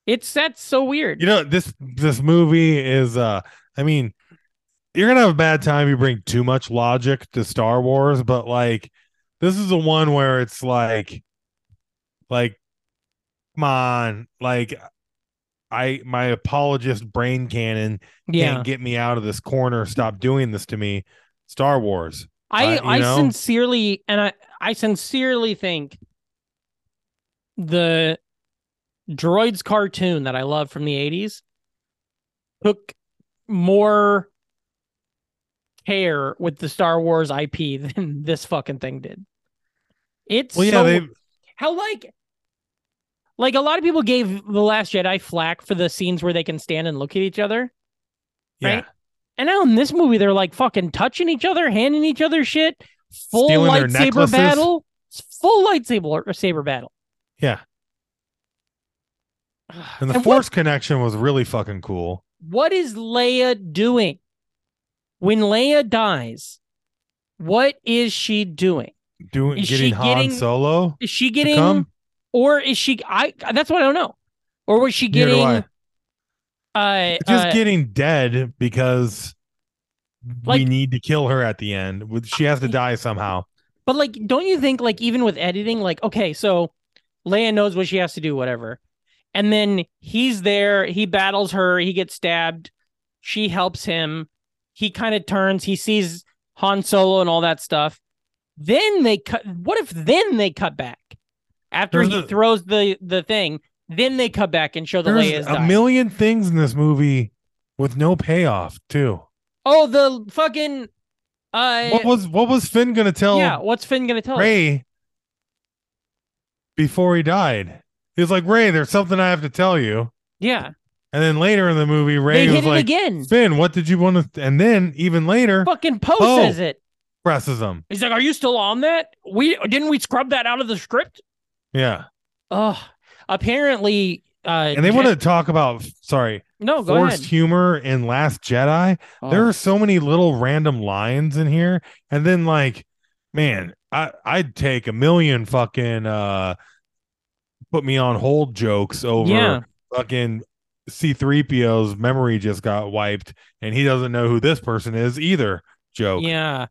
Speaker 4: It's that's so weird.
Speaker 2: You know, this this movie is uh I mean, you're gonna have a bad time if you bring too much logic to Star Wars, but like this is the one where it's like like come on, like I my apologist brain cannon
Speaker 4: yeah,
Speaker 2: can't get me out of this corner. Stop doing this to me. Star Wars.
Speaker 4: I
Speaker 2: uh, you
Speaker 4: I
Speaker 2: know?
Speaker 4: sincerely and I I sincerely think the droids cartoon that I love from the eighties took more care with the Star Wars IP than this fucking thing did. It's
Speaker 2: Well, yeah,
Speaker 4: so
Speaker 2: they
Speaker 4: how like like a lot of people gave the last jedi flack for the scenes where they can stand and look at each other
Speaker 2: Yeah.
Speaker 4: right and now in this movie they're like fucking touching each other handing each other shit full
Speaker 2: Stealing their
Speaker 4: lightsaber
Speaker 2: necklaces.
Speaker 4: battle It's full lightsaber or saber battle
Speaker 2: Yeah.
Speaker 4: Ugh.
Speaker 2: and the
Speaker 4: what-
Speaker 2: Force connection was really fucking cool.
Speaker 4: what is Leia doing? When Leia dies, what is she doing?
Speaker 2: Doing
Speaker 4: Is
Speaker 2: getting
Speaker 4: she
Speaker 2: Han
Speaker 4: getting-
Speaker 2: Solo.
Speaker 4: Is she getting
Speaker 2: come?
Speaker 4: or is she I that's what I don't know. Or was she
Speaker 2: Neither do
Speaker 4: getting
Speaker 2: I.
Speaker 4: uh,
Speaker 2: just
Speaker 4: uh,
Speaker 2: getting dead because we
Speaker 4: Like-
Speaker 2: need to kill her at the end. With- She has to die somehow.
Speaker 4: but like don't you think like even with editing like okay, so Leia knows what she has to do whatever. And then he's there, he battles her, he gets stabbed, she helps him. He kind of turns, he sees Han Solo and all that stuff. Then they cut what if then they cut back? After
Speaker 2: There's
Speaker 4: he
Speaker 2: a-
Speaker 4: throws the the thing, then they cut back and show the
Speaker 2: There's
Speaker 4: Leia's
Speaker 2: a
Speaker 4: dying.
Speaker 2: million things in this movie with no payoff too.
Speaker 4: Oh, the fucking uh
Speaker 2: What was what was Finn gonna tell
Speaker 4: yeah, what's Finn gonna tell us?
Speaker 2: Ray before he died? He was like, Ray, there's something I have to tell you.
Speaker 4: Yeah.
Speaker 2: And then later in the movie, Ray
Speaker 4: they
Speaker 2: was
Speaker 4: hit it
Speaker 2: like,
Speaker 4: again.
Speaker 2: Finn, what did you want to? And then even later,
Speaker 4: Fucking Poe
Speaker 2: Poe.
Speaker 4: says it.
Speaker 2: presses him.
Speaker 4: He's like, Are you still on that? We didn't we scrub that out of the script?
Speaker 2: Yeah,
Speaker 4: Ugh. Apparently uh
Speaker 2: and they
Speaker 4: Je-
Speaker 2: want to talk about sorry
Speaker 4: No, go
Speaker 2: forced
Speaker 4: ahead.
Speaker 2: humor in Last Jedi.
Speaker 4: Oh.
Speaker 2: There are so many little random lines in here, and then like, man, I I'd take a million fucking uh, put me on hold jokes over
Speaker 4: Yeah.
Speaker 2: fucking C3PO's memory just got wiped, and he doesn't know who this person is either. Joke.
Speaker 4: Yeah.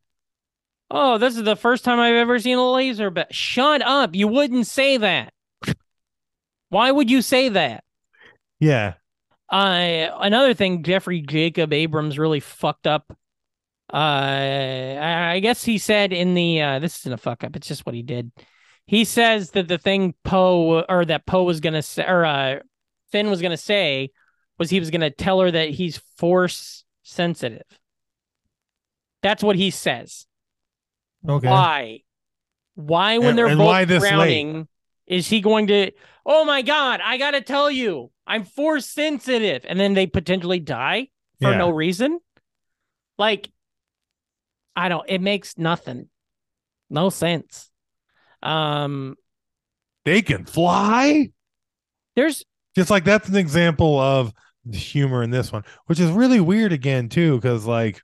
Speaker 4: Oh, this is the first time I've ever seen a laser but shut up. You wouldn't say that. Why would you say that?
Speaker 2: Yeah.
Speaker 4: Uh, another thing, Jeffrey Jacob Abrams really fucked up. Uh, I I guess he said in the uh, this isn't a fuck up. It's just what he did. He says that the thing Poe or that Poe was gonna say or uh, Finn was gonna say was he was gonna tell her that he's force sensitive. That's what he says.
Speaker 2: Okay.
Speaker 4: Why? Why when
Speaker 2: And-
Speaker 4: they're
Speaker 2: and
Speaker 4: both
Speaker 2: why this late?
Speaker 4: drowning is he going to? Oh my God! I gotta tell you, I'm force sensitive, and then they potentially die for
Speaker 2: Yeah.
Speaker 4: no reason. Like, I don't. It makes nothing, no sense. Um,
Speaker 2: They can fly.
Speaker 4: there's
Speaker 2: Just like that's an example of the humor in this one, which is really weird again too, because like,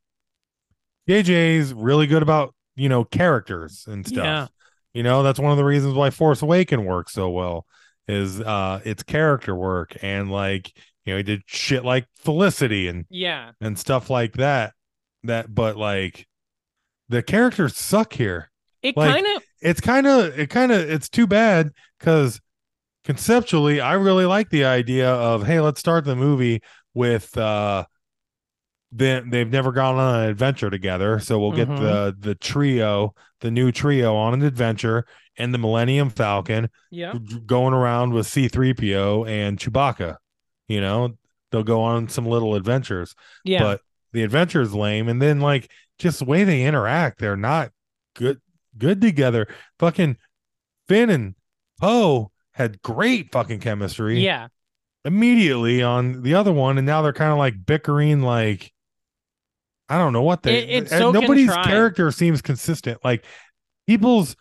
Speaker 2: JJ's really good about you know characters and stuff.
Speaker 4: yeah,
Speaker 2: You know, that's one of the reasons why Force Awaken works so well is uh it's character work and like you know he did shit like Felicity and
Speaker 4: Yeah.
Speaker 2: and stuff like that. That but like the characters suck here.
Speaker 4: It
Speaker 2: Like-
Speaker 4: kind of
Speaker 2: It's kind of it kind of it's too bad because conceptually I really like the idea of hey let's start the movie with uh then they've never gone on an adventure together so we'll get
Speaker 4: Mhm.
Speaker 2: the the trio the new trio on an adventure and the Millennium Falcon
Speaker 4: yeah.
Speaker 2: going around with C3PO and Chewbacca. You know, they'll go on some little adventures.
Speaker 4: Yeah.
Speaker 2: But the adventure is lame. And then like just the way they interact, they're not good good together. Fucking Finn and Poe had great fucking chemistry
Speaker 4: yeah.
Speaker 2: immediately on the other one, and now they're kind of like bickering like I don't know what they
Speaker 4: It- it's
Speaker 2: and
Speaker 4: so
Speaker 2: nobody's
Speaker 4: contrived.
Speaker 2: character seems consistent. Like people's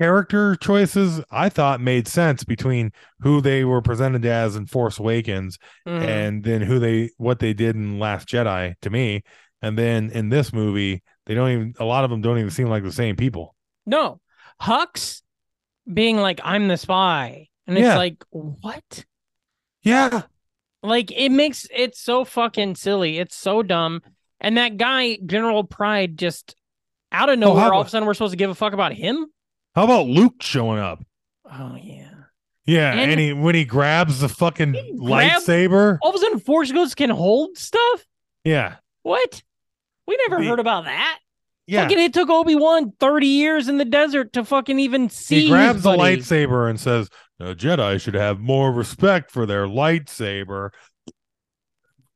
Speaker 2: character choices I thought made sense between who they were presented as in Force Awakens
Speaker 4: Mhm.
Speaker 2: and then who they what they did in Last Jedi to me. And then in this movie, they don't even a lot of them don't even seem like the same people.
Speaker 4: No. Hux being like, I'm the spy. And it's
Speaker 2: Yeah.
Speaker 4: like, what?
Speaker 2: Yeah.
Speaker 4: Like it makes it's so fucking silly. It's so dumb. And that guy, General Pride, just out of
Speaker 2: how
Speaker 4: nowhere, all
Speaker 2: about-
Speaker 4: of a sudden we're supposed to give a fuck about him.
Speaker 2: How about Luke showing up?
Speaker 4: Oh yeah.
Speaker 2: Yeah,
Speaker 4: And-
Speaker 2: and, he when he grabs the fucking
Speaker 4: He grabs-
Speaker 2: lightsaber.
Speaker 4: All of a sudden force ghosts can hold stuff?
Speaker 2: Yeah.
Speaker 4: What? We never
Speaker 2: The-
Speaker 4: heard about that.
Speaker 2: Yeah.
Speaker 4: Fucking it took Obi-Wan 30 years in the desert to fucking even see.
Speaker 2: he grabs
Speaker 4: his
Speaker 2: the
Speaker 4: buddy.
Speaker 2: lightsaber and says, "The Jedi should have more respect for their lightsaber."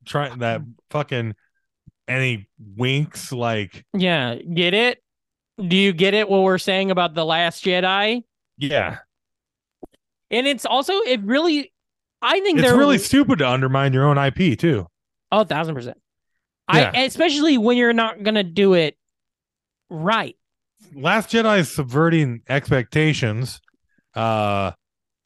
Speaker 2: Try that fucking, and he winks like,
Speaker 4: Yeah. Get it? Do you get it what we're saying about the last Jedi?
Speaker 2: "Yeah."
Speaker 4: And it's also it really I think
Speaker 2: It's
Speaker 4: they're
Speaker 2: really stupid to undermine your own IP too.
Speaker 4: oh thousand percent. I
Speaker 2: Yeah.
Speaker 4: especially when you're not gonna do it right.
Speaker 2: Last Jedi is subverting expectations, uh,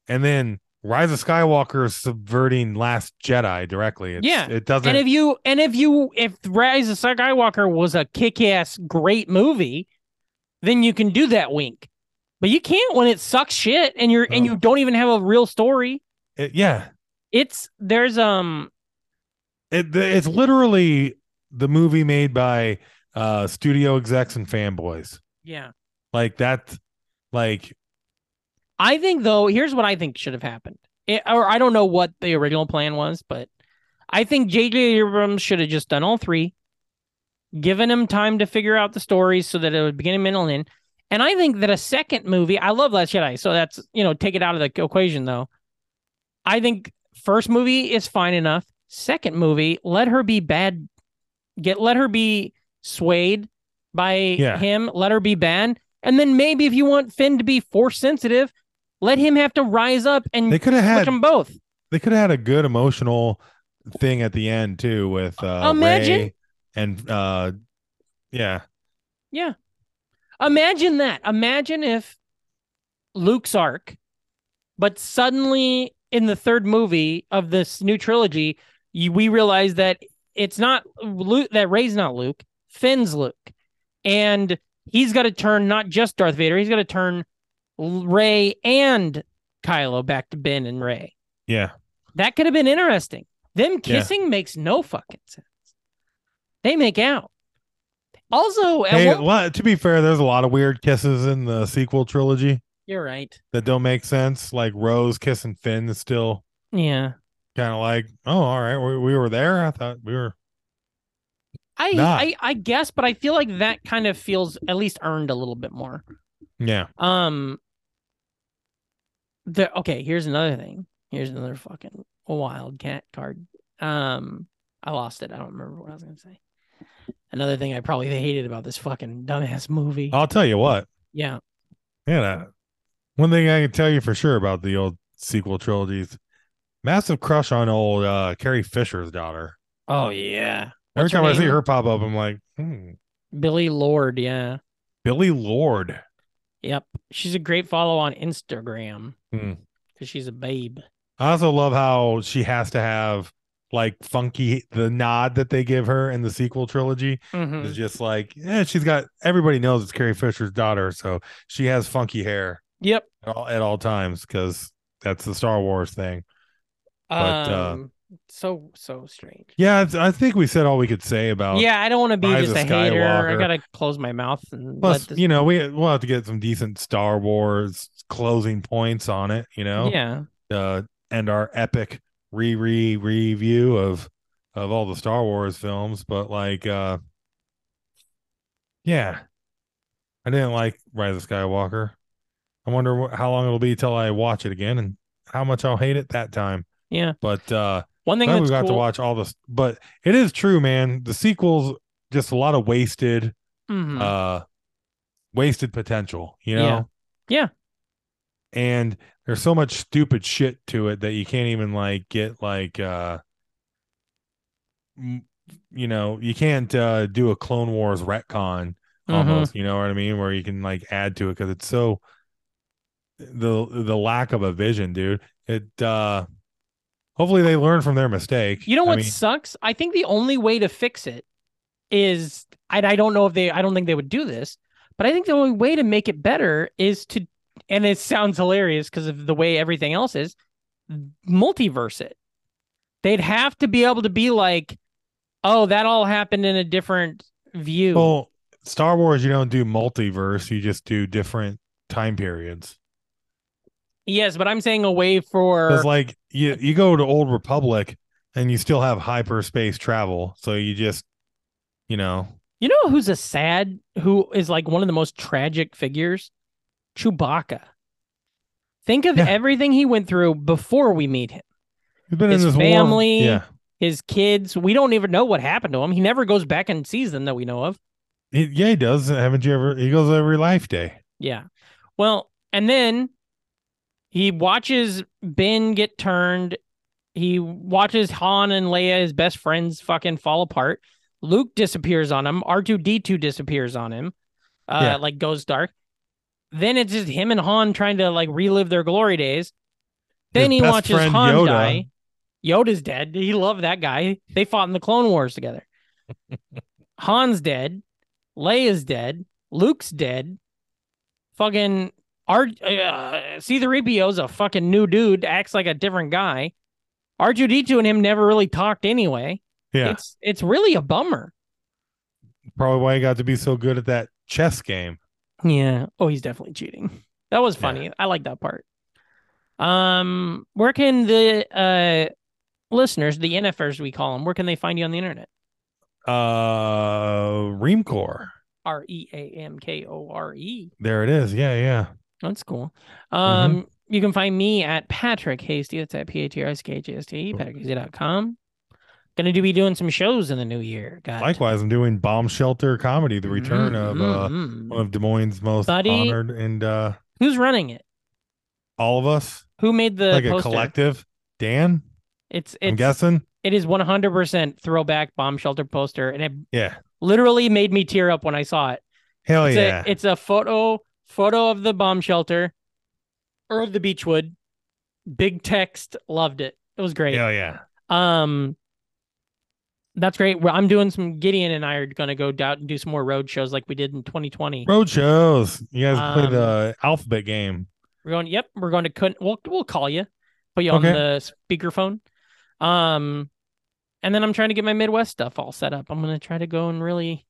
Speaker 2: and then Rise of Skywalker is subverting Last Jedi directly. It's,
Speaker 4: Yeah.
Speaker 2: it doesn't.
Speaker 4: And if you and if you if Rise of Skywalker was a kick ass great movie, then you can do that wink. But you can't when it sucks shit and you're and
Speaker 2: Oh.
Speaker 4: you don't even have a real story.
Speaker 2: it- yeah,
Speaker 4: It's there's um
Speaker 2: it, th- it's literally the movie made by uh studio execs and fanboys
Speaker 4: yeah.
Speaker 2: like that like
Speaker 4: I think though, here's what I think should have happened. It- or I don't know what the original plan was, but I think J.J. Abrams should have just done all three, given him time to figure out the stories so that it would begin, middle, and end. And I think that a second movie, I love Last Jedi, so that's you know take it out of the equation though. I think first movie is fine enough. Second movie, let her be bad, get let her be swayed by
Speaker 2: Yeah.
Speaker 4: him, let her be banned, and then maybe if you want Finn to be force sensitive, let him have to rise up and
Speaker 2: they could have
Speaker 4: switch
Speaker 2: had
Speaker 4: them both.
Speaker 2: they could have had a good emotional thing at the end too with uh
Speaker 4: Imagine.
Speaker 2: Rey and uh yeah
Speaker 4: Imagine that. Imagine if Luke's arc, but suddenly in the third movie of this new trilogy, you, we realize that it's not Luke, that Ray's not Luke, Finn's Luke. And he's got to turn not just Darth Vader, he's got to turn Ray and Kylo back to Ben and Ray.
Speaker 2: yeah
Speaker 4: That could have been interesting. Them kissing makes no fucking sense. They make out. Also, at
Speaker 2: hey
Speaker 4: one-
Speaker 2: a lot- to be fair there's a lot of weird kisses in the sequel trilogy
Speaker 4: you're right.
Speaker 2: that don't make sense like rose kissing finn is still
Speaker 4: Yeah.
Speaker 2: kind of like oh all right we, we were there i thought we were
Speaker 4: I,
Speaker 2: Nah.
Speaker 4: I I guess, but I feel like that kind of feels at least earned a little bit more.
Speaker 2: yeah
Speaker 4: Um the okay, here's another thing. Here's another fucking wildcat card. Um I lost it. I don't remember what I was gonna say. Another thing I probably hated about this fucking dumbass movie.
Speaker 2: i'll tell you what
Speaker 4: yeah.
Speaker 2: Yeah. that- One thing I can tell you for sure about the old sequel trilogies, massive crush on old uh Carrie Fisher's daughter.
Speaker 4: Oh yeah.
Speaker 2: Every
Speaker 4: What's her
Speaker 2: time I see
Speaker 4: name?
Speaker 2: her pop up, I'm like, hmm,
Speaker 4: Billy Lord, yeah.
Speaker 2: Billy Lord.
Speaker 4: Yep. She's a great follow on Instagram.
Speaker 2: Hmm.
Speaker 4: Because she's a babe.
Speaker 2: I also love how she has to have like funky the nod that they give her in the sequel trilogy
Speaker 4: Mhm.
Speaker 2: is just like, yeah, she's got everybody knows it's Carrie Fisher's daughter, so she has funky hair
Speaker 4: Yep.
Speaker 2: at all, at all times because that's the Star Wars thing.
Speaker 4: But
Speaker 2: But, uh,
Speaker 4: um, so so strange.
Speaker 2: Yeah, it's, I think we said all we could say about.
Speaker 4: Yeah, I don't want to be
Speaker 2: Rise
Speaker 4: just a
Speaker 2: of
Speaker 4: hater. I
Speaker 2: Skywalker.
Speaker 4: gotta close my mouth and
Speaker 2: Plus,
Speaker 4: let this,
Speaker 2: you know, we we'll have to get some decent Star Wars closing points on it. You know,
Speaker 4: yeah.
Speaker 2: uh, and our epic re re review of of all the Star Wars films, but like uh yeah. I didn't like Rise of Skywalker. I wonder wh- how long it'll be till I watch it again and how much I'll hate it that time.
Speaker 4: Yeah.
Speaker 2: But uh
Speaker 4: One thing
Speaker 2: glad
Speaker 4: that's
Speaker 2: we got
Speaker 4: cool.
Speaker 2: to watch all this but it is true, man. The sequels just a lot of wasted
Speaker 4: Mhm.
Speaker 2: uh wasted potential, you know?
Speaker 4: Yeah.
Speaker 2: And there's so much stupid shit to it that you can't even like get like uh m- you know, you can't uh do a Clone Wars retcon
Speaker 4: Mhm.
Speaker 2: almost, you know what I mean, where you can like add to it cuz it's so the the lack of a vision, dude. It uh hopefully they learn from their mistake.
Speaker 4: You know
Speaker 2: I
Speaker 4: what
Speaker 2: mean,
Speaker 4: sucks? I think the only way to fix it is I, I don't know if they I don't think they would do this, but I think the only way to make it better is to and it sounds hilarious because of the way everything else is multiverse it. They'd have to be able to be like, oh, that all happened in a different view.
Speaker 2: well, Star Wars you don't do multiverse, you just do different time periods.
Speaker 4: yes, but I'm saying a way for
Speaker 2: Because like you, you go to Old Republic and you still have hyperspace travel, so you just, you know,
Speaker 4: you know who's a sad who is like one of the most tragic figures? Chewbacca. Think of
Speaker 2: Yeah.
Speaker 4: everything he went through before we meet him.
Speaker 2: you've been
Speaker 4: His
Speaker 2: in this war-
Speaker 4: family.
Speaker 2: Yeah,
Speaker 4: his kids. We don't even know what happened to him. He never goes back and sees them that we know of.
Speaker 2: he, yeah, he does. Haven't you ever? He goes every life day.
Speaker 4: Yeah. Well, and then he watches Ben get turned. He watches Han and Leia, his best friends, fucking fall apart. Luke disappears on him. R2D2 disappears on him. Uh,
Speaker 2: Yeah.
Speaker 4: Like goes dark. Then it's just him and Han trying to like relive their glory days. Then
Speaker 2: His
Speaker 4: he
Speaker 2: best
Speaker 4: watches
Speaker 2: friend,
Speaker 4: Han
Speaker 2: Yoda.
Speaker 4: die. Yoda's dead. He loved that guy. They fought in the Clone Wars together. Han's dead. Leia's dead. Luke's dead. Fucking R uh, C3PO's a fucking new dude, acts like a different guy. R2D2 and him never really talked anyway.
Speaker 2: Yeah,
Speaker 4: It's it's really a bummer.
Speaker 2: probably why he got to be so good at that chess game.
Speaker 4: Yeah. Oh, he's definitely cheating. That was funny. I like that part. Um, where can the uh listeners, the NFers we call them, where can they find you on the internet?
Speaker 2: Uh, Reamcore.
Speaker 4: R E A M K O R E.
Speaker 2: There it is. Yeah, yeah.
Speaker 4: That's cool.
Speaker 2: Mm-hmm.
Speaker 4: Um, you can find me at Patrick Hasty. That's at P A T R I S K H A S T E, patrickhasty.com. Gonna do be doing some shows in the new year. Got
Speaker 2: Likewise, I'm doing Bomb Shelter Comedy, the return of uh,
Speaker 4: Mhm.
Speaker 2: one of Des Moines' most
Speaker 4: Mm-hmm, Buddy.
Speaker 2: honored and uh,
Speaker 4: Who's running it?
Speaker 2: all of us
Speaker 4: Who made the
Speaker 2: like a
Speaker 4: poster?
Speaker 2: collective. Dan,
Speaker 4: It's
Speaker 2: I'm
Speaker 4: it's
Speaker 2: guessing.
Speaker 4: it is 100% throwback bomb shelter poster, and it
Speaker 2: Yeah,
Speaker 4: literally made me tear up when I saw it.
Speaker 2: hell
Speaker 4: it's
Speaker 2: Oh, yeah.
Speaker 4: a it's a photo photo of the bomb shelter or of the beechwood. Big text, loved it. It was great.
Speaker 2: Hell yeah.
Speaker 4: Um, that's great. Well, I'm doing some. Gideon and I are gonna go out and do some more road shows like we did in 2020.
Speaker 2: Road shows. You guys play
Speaker 4: Um,
Speaker 2: the alphabet game.
Speaker 4: We're going. Yep, we're going to. Kun- We'll we'll call you, put you
Speaker 2: Okay.
Speaker 4: on the speakerphone. Um, and then I'm trying to get my Midwest stuff all set up. I'm gonna try to go and really,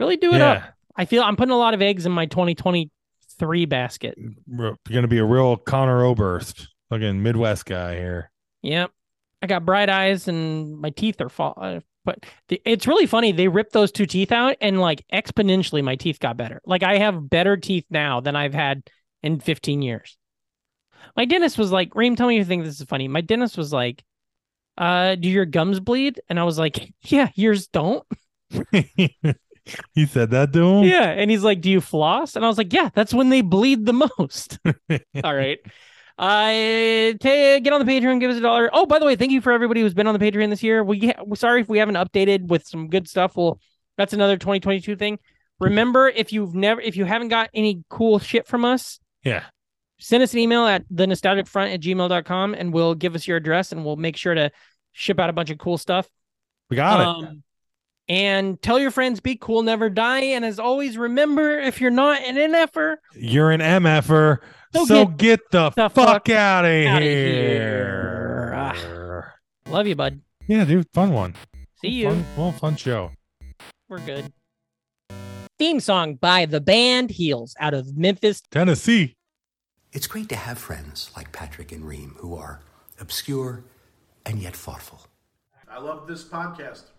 Speaker 4: really do it up.
Speaker 2: Yeah,
Speaker 4: I feel I'm putting a lot of eggs in my 2023 basket.
Speaker 2: we're gonna be a real Connor Oberst, fucking Midwest guy here.
Speaker 4: Yep. I got bright eyes and my teeth are fall. uh, But the, it's really funny. They ripped those two teeth out and like exponentially my teeth got better. Like I have better teeth now than I've had in 15 years. My dentist was like, Reem, tell me you think this is funny. My dentist was like, uh, do your gums bleed? And I was like, yeah, yours don't.
Speaker 2: You said that to him?
Speaker 4: Yeah. And he's like, Do you floss? And I was like, Yeah, that's when they bleed the most. All right. Uh, ta- get on the Patreon, give us a dollar. Oh, by the way, thank you for everybody who's been on the Patreon this year. We ha- we're sorry if we haven't updated with some good stuff. Well, that's another 2022 thing. Remember, if you've never, if you haven't got any cool shit from us,
Speaker 2: Yeah.
Speaker 4: send us an email at the nostalgic front at gmail.com and we'll give us your address and we'll make sure to ship out a bunch of cool stuff.
Speaker 2: We got it.
Speaker 4: Um, and tell your friends, be er, cool, never die. And as always, remember if you're not an NFer,
Speaker 2: You're an MFer.
Speaker 4: So
Speaker 2: So,
Speaker 4: get
Speaker 2: get, the,
Speaker 4: the
Speaker 2: fuck,
Speaker 4: fuck
Speaker 2: out of here.
Speaker 4: outta here. Ah. Love you, bud.
Speaker 2: Yeah, dude, fun one.
Speaker 4: See you.
Speaker 2: Fun, well, fun show.
Speaker 4: We're good. Theme song by the band Heels out of Memphis,
Speaker 2: Tennessee.
Speaker 5: It's great to have friends like Patrick and Reem who are obscure and yet thoughtful.
Speaker 6: I love this podcast.